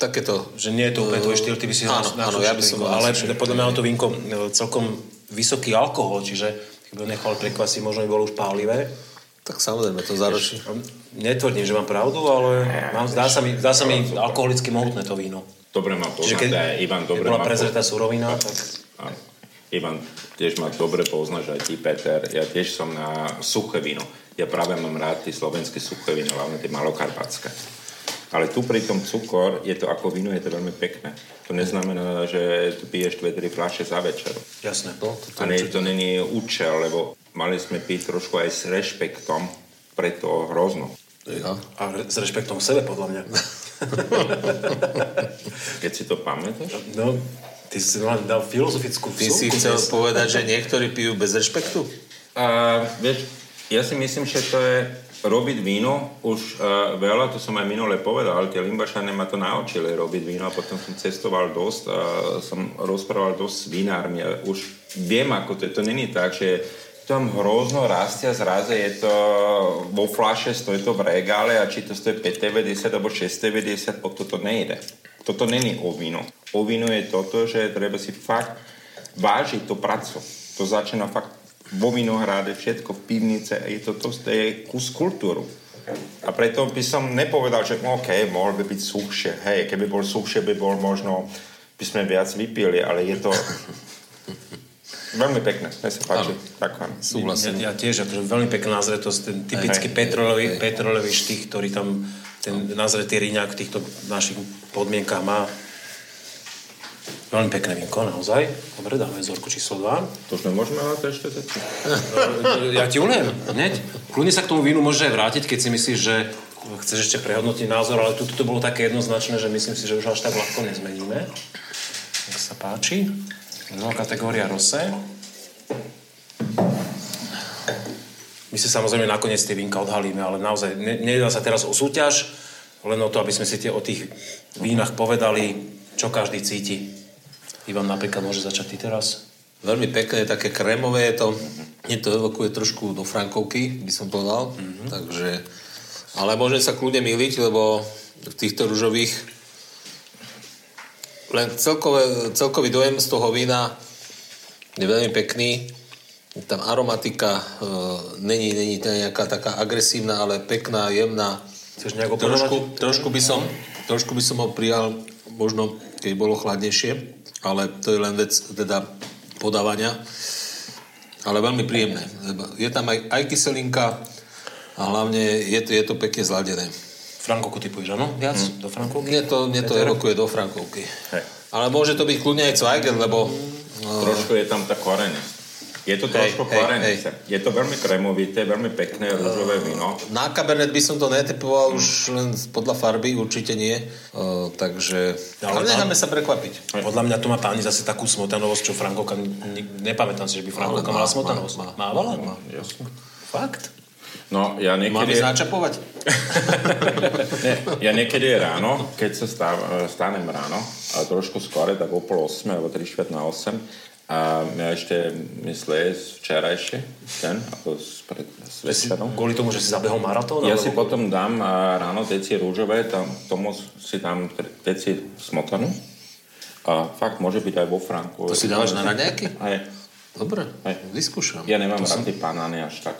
Speaker 3: takéto...
Speaker 1: Že nie je to úplne tvoj štýl, ty by si
Speaker 3: Áno,
Speaker 1: nás- nás
Speaker 3: áno,
Speaker 1: určite
Speaker 3: ja by som
Speaker 1: vínko,
Speaker 3: bol
Speaker 1: Ale
Speaker 3: asi všetko.
Speaker 1: podľa mňa to vínko e, celkom vysoký alkohol, čiže keby ho nechal prekvasiť, možno by bolo už pálivé.
Speaker 3: Tak samozrejme, to zaročí.
Speaker 1: Netvrdím, že mám pravdu, ale mám, zdá, sa mi, zdá sa mi alkoholicky mohutné to víno.
Speaker 5: Dobre ma
Speaker 1: Čiže keď,
Speaker 5: poznáš, aj Ivan,
Speaker 1: keď bola
Speaker 5: dobre ma poznáš.
Speaker 1: prezretá surovina, tak...
Speaker 5: Áno. Ivan, tiež ma dobre poznáš, aj ty, Peter. Ja tiež som na suché víno. Ja práve mám rád tie slovenské suché víno, hlavne tie malokarpatské. Ale tu pri tom cukor, je to ako víno, je to veľmi pekné. To neznamená, že tu piješ dve, tri fľaše za večer.
Speaker 1: Jasné.
Speaker 5: A nie, to není účel, lebo mali sme piť trošku aj s rešpektom pre to hrozno.
Speaker 3: Ja.
Speaker 1: A re- s rešpektom k sebe, podľa mňa. <laughs>
Speaker 5: Keď si to pamätáš?
Speaker 1: No, ty si nám dal filozofickú
Speaker 3: Ty si
Speaker 1: vsuvku
Speaker 3: chcel
Speaker 1: dnes.
Speaker 3: povedať, že niektorí pijú bez rešpektu?
Speaker 5: A, vieš, ja si myslím, že to je robiť víno už a, veľa, to som aj minule povedal, tie Limbašane ma to naučili robiť víno a potom som cestoval dosť a som rozprával dosť s vinármi a už viem, ako to je. To není tak, že tam hrozno rastia, zraze je to vo flaše, stojí to v regále a či to stojí 5,90 alebo 6,90, po toto nejde. Toto není o víno. O víno je toto, že treba si fakt vážiť to prácu. To začína fakt vo vinohrade, všetko v pivnice, je to, to, to je kus kultúru. A preto by som nepovedal, že OK, mohol by byť suchšie, hej, keby bol suchšie, by bol možno, by sme viac vypili, ale je to veľmi pekné, mne sa páči, ďakujem.
Speaker 3: Súhlasím.
Speaker 1: Ja, ja tiež, akože veľmi pekná nazretosť, ten typický
Speaker 5: Hej.
Speaker 1: petrolevý, petrolevý štých, ktorý tam ten nazretý riňák v týchto našich podmienkach má. Veľmi pekné vínko, naozaj. Dobre, dáme zorku číslo 2.
Speaker 5: To už nemôžeme ale to ešte teď.
Speaker 1: Ja ti uliem, hneď. Kľudne sa k tomu vínu môžeš aj vrátiť, keď si myslíš, že chceš ešte prehodnotiť názor, ale tuto to bolo také jednoznačné, že myslím si, že už až tak ľahko nezmeníme. Nech sa páči. No, kategória Rose. My si samozrejme nakoniec tie vínka odhalíme, ale naozaj ne, nedá sa teraz o súťaž, len o to, aby sme si tie, o tých vínach povedali, čo každý cíti. Ivan napríklad môže začať ty teraz.
Speaker 3: Veľmi pekné, také krémové je to. Mne to evokuje trošku do Frankovky, by som povedal. Mm-hmm. Takže, ale môžem sa kľudne myliť, lebo v týchto ružových len celkové, celkový dojem z toho vína je veľmi pekný. Tam aromatika e, není, není to nejaká taká agresívna, ale pekná, jemná.
Speaker 1: Chceš nejako
Speaker 3: Trošku, trošku, by som, trošku by som ho prijal možno, keď bolo chladnejšie, ale to je len vec teda podávania. Ale veľmi príjemné. lebo Je tam aj, aj kyselinka a hlavne je to, je to pekne zladené.
Speaker 1: Frankoku typuješ, áno? Hm. Viac? Do Frankovky?
Speaker 3: Mne to, mne to evokuje do Frankovky.
Speaker 5: Hej.
Speaker 3: Ale môže to byť kľudne aj Zweigel, lebo
Speaker 5: Trošku je tam tá korenosť. Je to
Speaker 3: No,
Speaker 5: trošku
Speaker 3: hej,
Speaker 5: korenosť. Je to veľmi kremovité, veľmi pekné rúžové víno.
Speaker 3: Na Cabernet by som to netypoval už len podľa farby, určite nie. Uh, takže...
Speaker 1: Ale
Speaker 3: Ale
Speaker 1: tam-
Speaker 3: necháme sa prekvapiť.
Speaker 1: Podľa mňa to má páni zase takú smotanovosť, čo Frankovka... ni- Nepamätám si, že by Frankovka mala smotanovosť. Mávala? Fakt?
Speaker 5: No, ja
Speaker 3: Máme
Speaker 5: niekedy...
Speaker 3: značapovať?
Speaker 5: Ja niekedy ráno, keď sa stáv, e, stánem ráno, a trošku skore, tak okolo 8 alebo 3 čtvrt na 8, a mňa ešte myslie z včerajšie, ten, ako z pred s večerom.
Speaker 1: No, Kvôli tomu, že si zabehol maratón?
Speaker 5: Ja
Speaker 1: alebo-
Speaker 5: si potom dám a ráno teci rúžové, tam, tomu si dám tre- teci smotanu. A fakt môže byť aj vo Franku.
Speaker 3: To si dávaš na raňajky?
Speaker 5: Hej.
Speaker 3: Dobre,
Speaker 5: Hej.
Speaker 3: vyskúšam.
Speaker 5: Ja nemám rád tie banány až tak.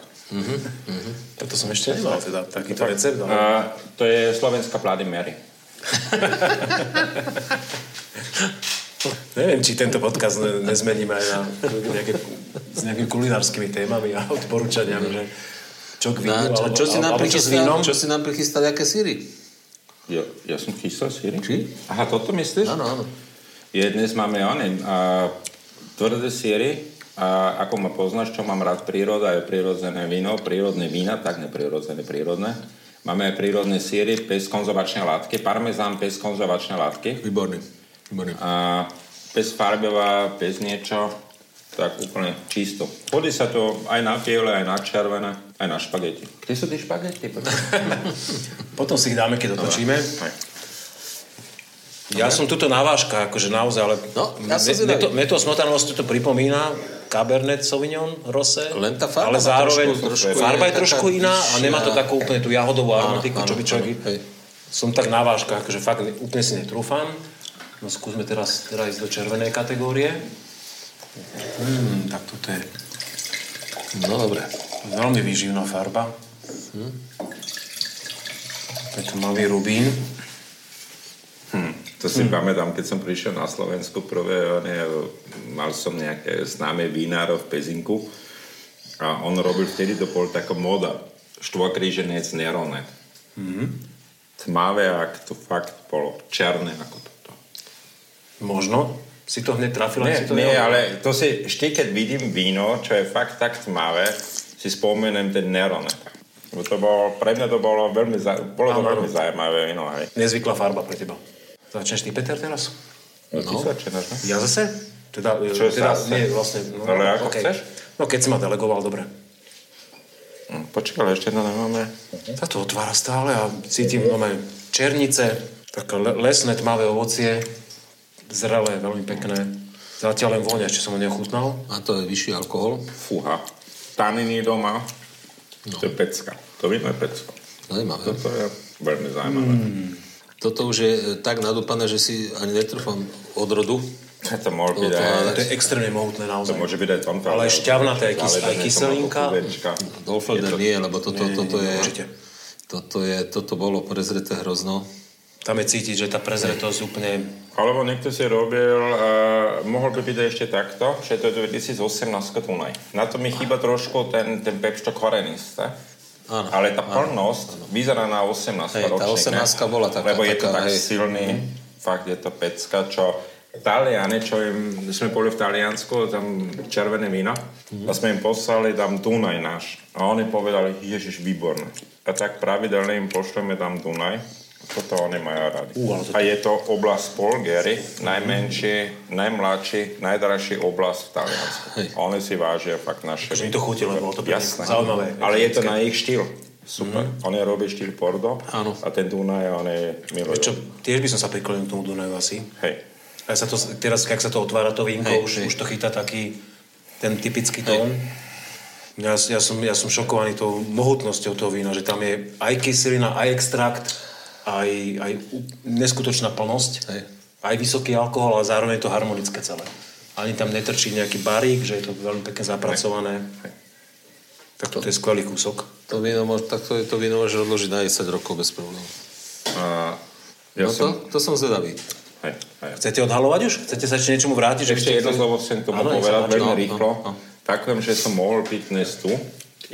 Speaker 1: Tak to som ešte nemal teda takýto recept. Ale...
Speaker 5: A, to je slovenská Bloody Mary.
Speaker 1: Neviem, či tento podcast ne- nezmeníme aj na nejaké, s nejakými kulinárskymi témami a odporúčaniami, že čo k vínu,
Speaker 3: Na, čo,
Speaker 1: alebo,
Speaker 3: čo, si nám
Speaker 1: alebo čo s
Speaker 3: prichystal,
Speaker 1: vínom.
Speaker 3: čo si nám prichystal, aké síry?
Speaker 5: Ja, ja som chystal síry.
Speaker 3: Či?
Speaker 5: Aha, toto myslíš?
Speaker 3: Áno, áno.
Speaker 5: Je, dnes máme one, a, tvrdé síry, a ako ma poznáš, čo mám rád, príroda je prírodzené víno, prírodné vína, tak neprirodzené, prírodné. Máme aj prírodné síry bez konzervačnej látky, parmezán bez konzervačnej látky,
Speaker 3: Výborný. Výborný.
Speaker 5: a bez farbeva, bez niečo, tak úplne čisto. Hodí sa to aj na biele, aj na červené, aj na špagety. Kde sú tie špagety? <laughs>
Speaker 1: Potom si ich dáme, keď otočíme. Ja som tuto na váška, akože naozaj, ale
Speaker 3: No, ja
Speaker 1: mne,
Speaker 3: som
Speaker 1: mne,
Speaker 3: zvedavý.
Speaker 1: to, mne to smotanosť to pripomína Cabernet Sauvignon, Rosé,
Speaker 3: Len tá farba
Speaker 1: ale
Speaker 3: má
Speaker 1: zároveň
Speaker 3: trošku- trošku
Speaker 1: farba
Speaker 3: je
Speaker 1: je trošku
Speaker 3: taká
Speaker 1: iná a nemá to
Speaker 3: vyššia.
Speaker 1: takú úplne tú jahodovú aromatiku,
Speaker 3: áno,
Speaker 1: čo by človek...
Speaker 3: áno, hej.
Speaker 1: Som tak na váška, akože fakt úplne si netrúfam. No skúsme teraz, teraz ísť do červenej kategórie. Hmm, tak toto je
Speaker 3: No dobre. Hm.
Speaker 1: veľmi výživná farba. To je tu malý rubín.
Speaker 5: To
Speaker 1: Mm.
Speaker 5: si pamätám, keď som prišiel na Slovensku prvé, ne, mal som nejaké známe vinárov v Pezinku a on robil vtedy, to bol taká moda, štvokríženec Neronet. Mm-hmm.
Speaker 1: Mhm.
Speaker 5: Tmavé, ak to fakt bolo černé ako toto.
Speaker 1: Možno si to hneď trafil,
Speaker 5: Nie,
Speaker 1: ak si No, to
Speaker 5: nie
Speaker 1: nehovoril.
Speaker 5: ale to si vždy, keď vidím víno, čo je fakt tak tmavé, si spomenem ten Neronet. Bo to bolo, pre mňa to bolo veľmi, za, bolo to
Speaker 1: Áno,
Speaker 5: veľmi zaujímavé víno. Hej.
Speaker 1: Nezvyklá farba pre teba. Začneš ty, Peter, teraz?
Speaker 5: No. Ty sa čenáš, ne?
Speaker 1: Ja zase? Teda, e,
Speaker 5: Čo
Speaker 1: teda
Speaker 5: zase?
Speaker 1: nie, vlastne. No,
Speaker 5: Ale ako
Speaker 1: okej.
Speaker 5: chceš?
Speaker 1: No keď si ma delegoval, dobre.
Speaker 5: Hm, Počkaj, ale ešte to nemáme.
Speaker 1: Sa to otvára stále a cítim nové černice, také le- lesné tmavé ovocie, zrelé, veľmi pekné. Zatiaľ len vôňa, ešte som ho neochutnal.
Speaker 3: A to je vyšší alkohol.
Speaker 5: Fúha. Taniny doma. No. To je pecka. To vidno je pecka.
Speaker 1: Hm.
Speaker 3: Zajímavé.
Speaker 5: Toto je veľmi zaujímavé. Mm.
Speaker 3: Toto už je e, tak nadúpané, že si ani netrfám odrodu.
Speaker 5: To môže
Speaker 3: To-
Speaker 5: byť
Speaker 3: to-
Speaker 5: aj...
Speaker 1: To je extrémne mohutné
Speaker 5: To
Speaker 1: naozaj.
Speaker 5: môže byť aj tomto.
Speaker 1: Ale šťavnaté, aj kys- aj kyselinka.
Speaker 3: Dolfelder Hmm. nie, lebo toto,
Speaker 1: nie,
Speaker 3: toto
Speaker 1: nie,
Speaker 3: je...
Speaker 1: určite.
Speaker 3: Toto, je, toto bolo prezreté hrozno.
Speaker 1: Tam je cítiť, že tá prezretosť úplne...
Speaker 5: Alebo niekto si robil, uh, mohol by byť aj ešte takto, že to je 2018 Dunaj. Na to mi chýba trošku ten, ten pepštok koreniste.
Speaker 3: Áno,
Speaker 5: Ale tá plnosť vyzerá na 18
Speaker 3: Hej, tá
Speaker 5: ročník,
Speaker 3: 18 bola taká-
Speaker 5: Lebo je to
Speaker 3: taká,
Speaker 5: tak
Speaker 3: hej.
Speaker 5: silný, fakt je to pecka, čo Taliane, čo im, sme boli v Taliansku, tam červené víno,
Speaker 1: Mhm.
Speaker 5: a sme im poslali tam Dunaj náš. A oni povedali, ježiš, výborné. A tak pravidelne im pošleme tam Dunaj. Toto oni majú radi.
Speaker 1: Uh,
Speaker 5: A je to oblasť Polgery, najmenší, najmladší, najdražší oblasť v Taliansku.
Speaker 3: Hej.
Speaker 5: A Oni si vážia fakt naše
Speaker 1: Že mi to chutilo, bolo to pre nich
Speaker 5: Jasné.
Speaker 1: zaujímavé. Mhm.
Speaker 5: Ale je to na ich štýl. Super. Mm. Oni robia štýl Pordo
Speaker 3: Áno.
Speaker 5: a ten Dunaj oni milujú.
Speaker 1: Čo, tiež by som sa priklonil k tomu Dunaju asi.
Speaker 5: Hej.
Speaker 1: A sa to, teraz, keď sa to otvára to vínko,
Speaker 3: Hej,
Speaker 1: už,
Speaker 3: hej.
Speaker 1: už to chytá taký ten typický tón. Ja, ja, som, ja som šokovaný tou mohutnosťou toho vína, že tam je aj kyselina, aj extrakt, aj, aj u- neskutočná plnosť,
Speaker 3: Hej.
Speaker 1: aj vysoký alkohol, ale zároveň je to harmonické celé. Ani tam netrčí nejaký barík, že je to veľmi pekne zapracované. Tak toto je skvelý kúsok.
Speaker 3: To víno, mo- takto je to víno môžeš odložiť na 10 rokov bez problémov.
Speaker 5: A ja
Speaker 3: No
Speaker 5: som...
Speaker 3: to, to som zvedavý.
Speaker 5: Hej, hej.
Speaker 1: Chcete odhalovať už? Chcete sa ešte niečomu vrátiť?
Speaker 5: Ešte
Speaker 1: chcete-
Speaker 5: jedno slovo chcem tomu
Speaker 1: Áno, nech sa
Speaker 5: povedať
Speaker 1: páči.
Speaker 5: veľmi
Speaker 3: No, no,
Speaker 5: rýchlo.
Speaker 3: no.
Speaker 5: Ďakujem, že som mohol piť dnes tu.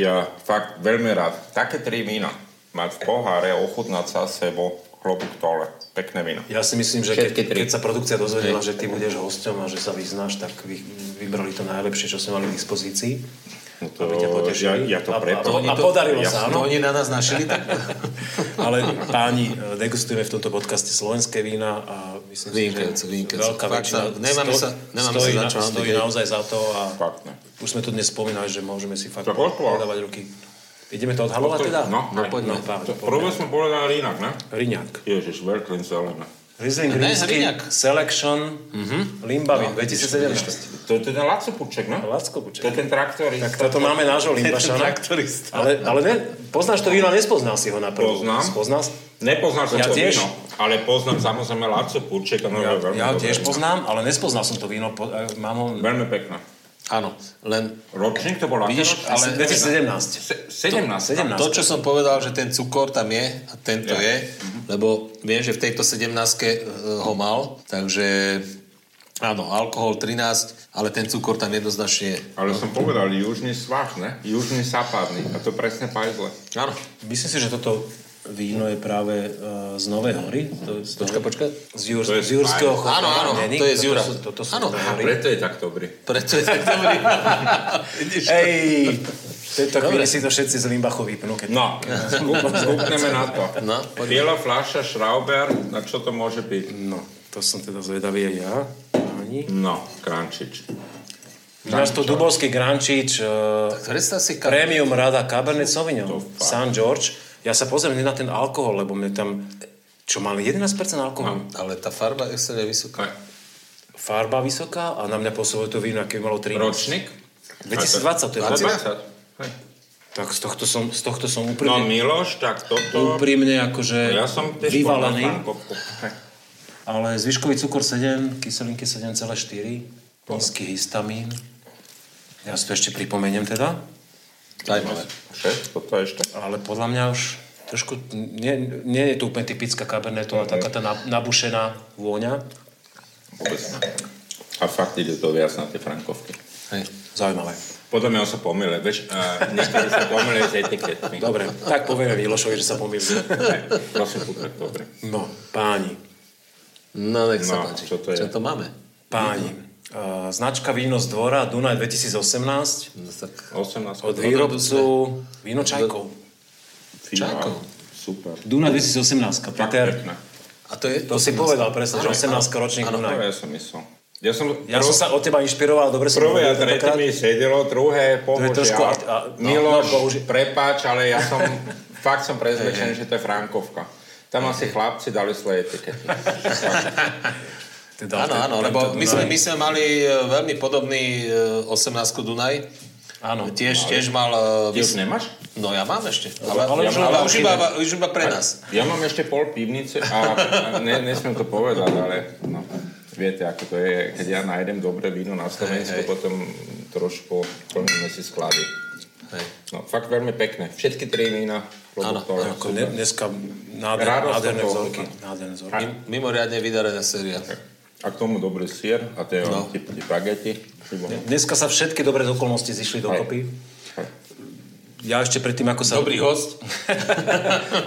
Speaker 5: Ja fakt veľmi rád. Také tri vína mať v poháre, ochutnať sa sebou, klobúk dole. Pekné víno.
Speaker 1: Ja si myslím, že keď,
Speaker 5: Všetky tri.
Speaker 1: keď sa produkcia dozvedela, že ty budeš hosťom a že sa vyznáš, tak vy, vybrali to najlepšie, čo sme mali k dispozícii.
Speaker 5: No to,
Speaker 1: aby ťa potešili.
Speaker 5: ja, ja to
Speaker 1: a, a,
Speaker 5: prepro.
Speaker 1: a podarilo
Speaker 5: ja,
Speaker 1: sa, áno.
Speaker 3: To oni na nás našili tak?
Speaker 1: <laughs> Ale páni, eh, degustujeme v tomto podcaste slovenské vína a myslím
Speaker 3: Vynikajúce,
Speaker 1: si, že
Speaker 3: vynikajúce.
Speaker 1: veľká
Speaker 3: Fakt
Speaker 1: väčšina
Speaker 3: sa- nemáme sa- nemáme
Speaker 1: stojí,
Speaker 3: sa za čo
Speaker 1: na,
Speaker 3: hambiť,
Speaker 1: stojí
Speaker 3: hej.
Speaker 1: naozaj za to a
Speaker 5: Fakt ne.
Speaker 1: už sme tu dnes spomínali, že môžeme si fakt
Speaker 5: To bolo.
Speaker 1: dávať ruky. Ideme to odhalovať teda?
Speaker 5: No,
Speaker 3: No
Speaker 5: hej.
Speaker 1: No,
Speaker 3: poďme.
Speaker 1: práve,
Speaker 5: To
Speaker 1: poďme.
Speaker 5: prvé sme povedali inak, ne?
Speaker 1: Hriňák.
Speaker 5: Ježiš, veľkým zelené.
Speaker 1: Riesling
Speaker 3: Ne, Mhm. No.
Speaker 1: Rímsky
Speaker 3: Hriňák.
Speaker 1: Selection Limbavin 2017.
Speaker 5: To je ten Laco Puček, ne?
Speaker 1: Lacko
Speaker 5: To je
Speaker 1: Buček.
Speaker 5: ten traktorista.
Speaker 1: Tak toto máme nášho Limbašana. Ale, ale ne, poznáš to víno, nespoznal si ho na prvú.
Speaker 5: Poznám.
Speaker 1: Spoznal? si?
Speaker 5: Nepoznal som
Speaker 1: Ja
Speaker 5: to
Speaker 1: tiež.
Speaker 5: víno, ale poznám samozrejme Laco Puček. No,
Speaker 1: Ja,
Speaker 5: veľmi
Speaker 1: ja ho
Speaker 5: dobré
Speaker 1: tiež
Speaker 5: víno.
Speaker 1: poznám, ale nespoznal som to víno. Po, eh, mám ho...
Speaker 5: Veľmi pekné.
Speaker 3: Áno, len
Speaker 5: Ročník to bol
Speaker 3: Vidíš,
Speaker 5: aký ročník?
Speaker 1: Ale 2017.
Speaker 5: Se-
Speaker 1: 17.
Speaker 5: 17.
Speaker 3: to, čo som povedal, že ten cukor tam je a tento
Speaker 5: Ja.
Speaker 3: je, lebo viem, že v tejto 17 ho mal, takže áno, alkohol 13, ale ten cukor tam jednoznačne je.
Speaker 5: Ale som povedal, južný svah, ne? Južný západný. A to presne pajzle.
Speaker 3: Áno.
Speaker 1: Myslím si, že toto víno je práve eh, z Novej hory. To, je z
Speaker 3: Počkaj, počkaj.
Speaker 1: Z, Jur,
Speaker 5: To je
Speaker 1: z Jurského
Speaker 5: fajn.
Speaker 1: chovu.
Speaker 3: Áno, áno,
Speaker 1: Není?
Speaker 3: to je z
Speaker 1: Toto
Speaker 3: Jura.
Speaker 1: sú- Toto sú
Speaker 3: Áno.
Speaker 1: Nové
Speaker 5: A
Speaker 1: hory.
Speaker 5: preto je tak dobrý.
Speaker 3: Preto je tak dobrý.
Speaker 5: <laughs>
Speaker 3: Vidíš to?
Speaker 1: Ej, v tejto chvíli si to všetci z Limbachu vypnú. Keď...
Speaker 5: No, skúpneme na to.
Speaker 3: No, poďme.
Speaker 5: Biela fľaša, Schrauber, na čo to môže byť?
Speaker 1: no, to som teda zvedavý aj ja. Ani.
Speaker 5: No, Krančič.
Speaker 1: Náš to Dubovský Grančič, eh,
Speaker 3: Predstav si, kam...
Speaker 1: Premium Rada Cabernet Sauvignon,
Speaker 5: To fakt.
Speaker 1: San George. Ja sa pozriem nie na ten alkohol, lebo mne tam, čo mali 11% alkoholu.
Speaker 5: No.
Speaker 3: ale tá farba je extrémne vysoká.
Speaker 1: Farba vysoká a na mňa pôsobilo to víno, aké by malo 13.
Speaker 5: Ročník?
Speaker 1: 2020 to je
Speaker 5: 20. Hej.
Speaker 1: Tak z tohto som, z tohto som
Speaker 5: No
Speaker 1: úprimne,
Speaker 5: Miloš, tak toto...
Speaker 1: úprimne akože
Speaker 5: Ja som tiež
Speaker 1: vyvalený.
Speaker 5: povedal, pán Kopko. Hej.
Speaker 1: Ale zvyškový cukor 7, kyselinky 7,4, nízky histamín. Ja si to ešte pripomeniem teda.
Speaker 3: Zajímavé.
Speaker 5: Šesť, toto ešte.
Speaker 1: Ale podľa mňa už trošku, nie, nie je to úplne typická kabernetová, taká tá na- nabušená vôňa.
Speaker 5: Vôbec ne. A fakt ide to viac na tie frankovky.
Speaker 3: Hej.
Speaker 1: Zaujímavé.
Speaker 5: Podľa mňa sa pomýle, vieš, a niektorí sa pomýle s etiketmi.
Speaker 1: Dobre, <laughs> tak povieme Milošovi, že sa pomýlil.
Speaker 5: Hej, Prosím, pokrač, dobre.
Speaker 1: No, páni,
Speaker 3: No, nech sa
Speaker 5: No,
Speaker 3: páči.
Speaker 5: čo to je?
Speaker 3: Čo to máme?
Speaker 1: páni. Uh, značka Víno z dvora Dunaj 2018
Speaker 3: No, tak...
Speaker 5: 18
Speaker 1: od výrobcu Víno Čajkov.
Speaker 3: Čajkov.
Speaker 5: Super.
Speaker 1: Dunaj 2018, Peter.
Speaker 5: Pekné.
Speaker 3: A to je...
Speaker 1: To si povedal presne, že 18 ročník
Speaker 3: áno,
Speaker 1: Dunaj.
Speaker 5: To No, ja som myslel. Ja som...
Speaker 1: Ja som sa od teba inšpiroval, dobre som
Speaker 5: Prvé a
Speaker 1: hovoril
Speaker 5: tretie
Speaker 1: tentokrát.
Speaker 5: mi sedelo, druhé bohužiaľ.
Speaker 1: trošku a- a- no,
Speaker 5: Miloš,
Speaker 1: no, bohužiaľ.
Speaker 5: prepáč, ale ja
Speaker 1: <laughs>
Speaker 5: som, fakt som prezvedčený, že to je Frankovka. Tam asi chlapci dali
Speaker 1: <laughs>
Speaker 5: svoje etikety.
Speaker 1: Teda
Speaker 3: Áno,
Speaker 1: ten-
Speaker 3: áno,
Speaker 1: tento
Speaker 3: lebo my sme,
Speaker 1: Dunaj.
Speaker 3: my sme mali e, veľmi podobný e, 18 Dunaj.
Speaker 1: Áno.
Speaker 3: Tiež, tiež mal... e,
Speaker 5: Ty už nemáš?
Speaker 3: No ja mám ešte. Ale,
Speaker 1: ale už
Speaker 3: ja mám,
Speaker 1: iba-
Speaker 3: ale už, iba, už iba pre nás.
Speaker 5: Ja mám ešte pol pivnice a a ne, nesmiem to povedať, ale no, viete, ako to je, keď ja nájdem dobré víno na Slovensku,
Speaker 3: Hej, hej.
Speaker 5: potom trošku plníme si sklady.
Speaker 3: Hej.
Speaker 5: No, fakt veľmi pekné. Všetky tri vína.
Speaker 3: Áno,
Speaker 5: produktové.
Speaker 1: Ako ne, dneska nádher,
Speaker 5: Radosť
Speaker 1: nádherné
Speaker 5: to bolo.
Speaker 1: vzorky. Nádherné vzorky.
Speaker 3: Mimoriadne vydarená séria.
Speaker 5: A k tomu dobrý sier a tie, no. tie, tie bagety. Ne.
Speaker 1: Dneska sa všetky dobré okolnosti zišli dokopy. Ja ešte predtým, ako sa...
Speaker 3: Dobrý host.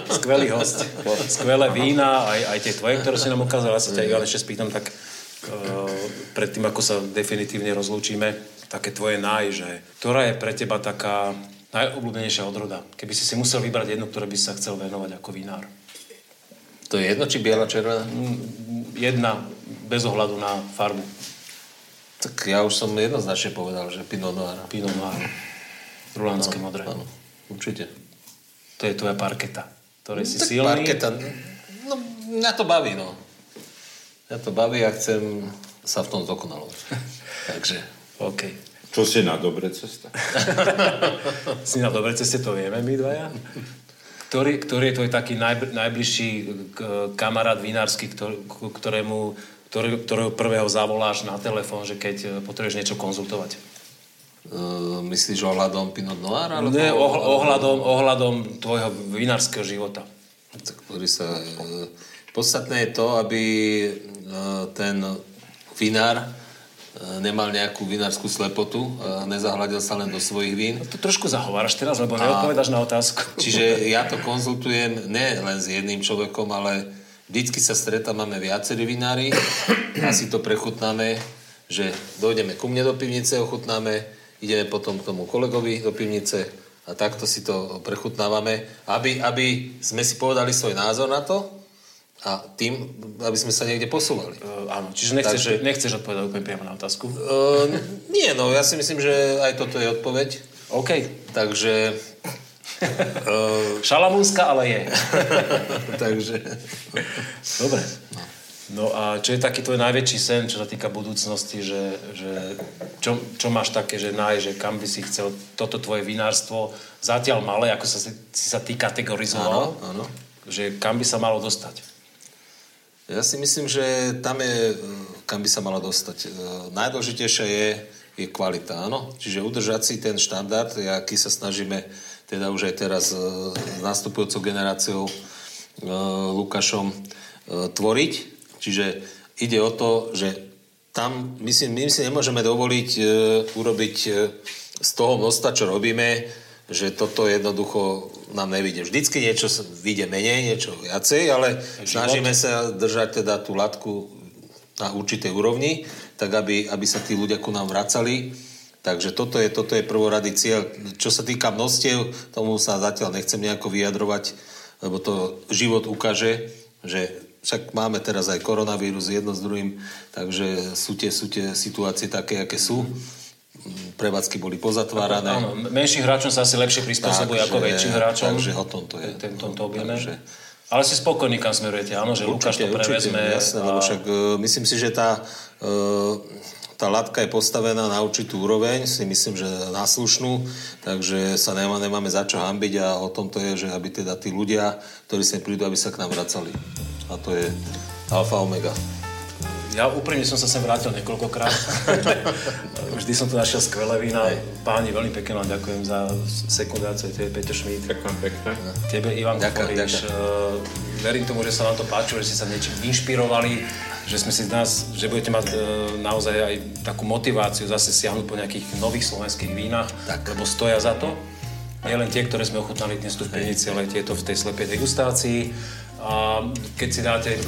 Speaker 1: Skvelý
Speaker 3: <laughs>
Speaker 1: host. Skvelé vína, aj, aj tie tvoje, ktoré si nám ukázal. Ja sa ťa Ivan ešte spýtam, tak uh, predtým, ako sa definitívne rozlúčime, také tvoje naj, že ktorá je pre teba taká najobľúbenejšia odroda? Keby si si musel vybrať jednu, ktoré by si sa chcel venovať ako vinár.
Speaker 3: To je jedno, či biela, červená?
Speaker 1: Jedna, bez ohľadu na farbu.
Speaker 3: Tak ja už som jednoznačne povedal, že Pinot Noir.
Speaker 1: Pinot Noir. Rulánske modré.
Speaker 3: Áno, určite.
Speaker 1: To je tvoja parketa, ktorej si
Speaker 3: tak
Speaker 1: silný.
Speaker 3: parketa, no, mňa to baví, no. Mňa to baví a chcem sa v tom dokonalovať. Takže,
Speaker 1: OK.
Speaker 5: Čo si na dobre ceste.
Speaker 1: Si na dobrej ceste, to vieme my dvaja. Ktorý, ktorý je tvoj taký najb, najbližší k- kamarát vinársky, ktor, ku ktorému, ktorý, ktorého prvého zavoláš na telefón, že keď eh, potrebuješ niečo konzultovať?
Speaker 3: Uh, myslíš ohľadom Pinot Noir? Alebo
Speaker 1: Ne, oh, ohľadom, ohľadom tvojho vinárskeho života.
Speaker 3: Tak, ktorý sa... e, Podstatné je to, aby e, ten vinár e, nemal nejakú vinárskú slepotu, e, nezahľadil sa len do svojich vín.
Speaker 1: To trošku zahováraš teraz, lebo neodpovedáš na otázku. E,
Speaker 3: Čiže ja to konzultujem nie len s jedným človekom, ale vždycky sa stretávame viacerí vinári a si to prechutnáme, že dojdeme ku mne do pivnice, ochutnáme, ideme potom k tomu kolegovi do pivnice a takto si to prechutnávame, aby, aby sme si povedali svoj názor na to a tým, aby sme sa niekde posúvali. E,
Speaker 1: Eh, áno, čiže nechceš,
Speaker 3: Takže-
Speaker 1: nechceš odpovedať úplne priamo na otázku.
Speaker 3: Uh, nie, no ja si myslím, že aj toto je odpoveď.
Speaker 1: OK.
Speaker 3: Takže... Uh,
Speaker 1: Šalamúnska, ale je.
Speaker 3: takže...
Speaker 1: Dobre. No a čo je taký tvoj najväčší sen, čo sa týka budúcnosti, že, že čo, čo máš také, že naj, že kam by si chcel toto tvoje vinárstvo, zatiaľ malé, ako sa, si si sa ty kategorizoval,
Speaker 3: Áno, áno.
Speaker 1: že kam by sa malo dostať?
Speaker 3: Ja si myslím, že tam je, mm, kam by sa mala dostať. E, Najdôležitejšia je, je kvalita, áno. Čiže udržať si ten štandard, aký sa snažíme teda už aj teraz e, s nastupujúcou generáciou e, Lukášom e, tvoriť. Čiže ide o to, že tam my si, my si nemôžeme dovoliť e, urobiť e, z toho množstva, čo robíme, že toto jednoducho nám nevíde. Vždycky niečo s- vyjde menej, niečo viacej, ale snažíme sa držať teda tú latku na určitej úrovni, tak aby, aby sa tí ľudia ku nám vracali. Takže toto je, toto je prvorady cieľ. Čo sa týka množstiev, tomu sa zatiaľ nechcem nejako vyjadrovať, lebo to život ukáže, že však máme teraz aj koronavírus jedno s druhým, takže sú tie, sú tie situácie také, aké sú. Mm, Prevádzky boli pozatvárané.
Speaker 1: Áno, m- menším hráčom sa asi lepšie prispôsobuje ako
Speaker 3: Takže-
Speaker 1: väčším hráčom.
Speaker 3: takže o tom to je.
Speaker 1: Ten,
Speaker 3: No,
Speaker 1: tomto objeme.
Speaker 3: takže-
Speaker 1: Ale si spokojný, kam smerujete, áno, že Lukáš to prevezme.
Speaker 3: jasné, lebo však e, myslím si, že tá, e, tá latka je postavená na určitú úroveň, si myslím, že na slušnú, takže sa nemá, nemáme za čo hambiť a o tom to je, že aby teda tí ľudia, ktorí sem prídu, aby sa k nám vracali. A to je alfa omega.
Speaker 1: Ja úprimne som sa sem vrátil
Speaker 3: <laughs>
Speaker 1: niekoľkokrát. Vždy som tu našiel skvelé vína. Páni, veľmi pekne vám ďakujem za sekundáciu, to je Peťo Šmíd.
Speaker 5: Ďakujem pekne.
Speaker 1: Tebe, Ivan
Speaker 3: Ďakujem,
Speaker 1: Koforiš.
Speaker 3: ďakujem.
Speaker 1: Eh, Verím tomu, že sa vám to páčilo, že ste sa niečím inšpirovali, že sme si z nás, že budete mať eh, naozaj aj takú motiváciu zase siahnuť po nejakých nových slovenských vínach,
Speaker 3: Tak.
Speaker 1: lebo stoja za to. Nie len tie, ktoré sme ochutnali dnes tu v pivnici, ale aj tieto v tej slepej degustácii. A keď si dáte eh,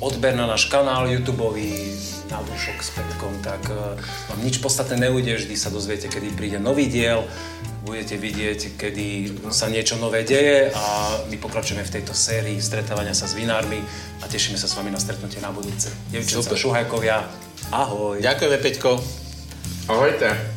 Speaker 1: odber na náš kanál YouTube, na dušok s Petkom, tak eh, vám nič podstatné neujde, vždy sa dozviete, kedy príde nový diel, budete vidieť, kedy sa niečo nové deje a my pokračujeme v tejto sérii stretávania sa s vinármi a tešíme sa s vami na stretnutie na budúce. Devčenca
Speaker 3: Super.
Speaker 1: Šuhajkovia, ahoj!
Speaker 3: Ďakujeme, Peťko.
Speaker 5: Ahojte.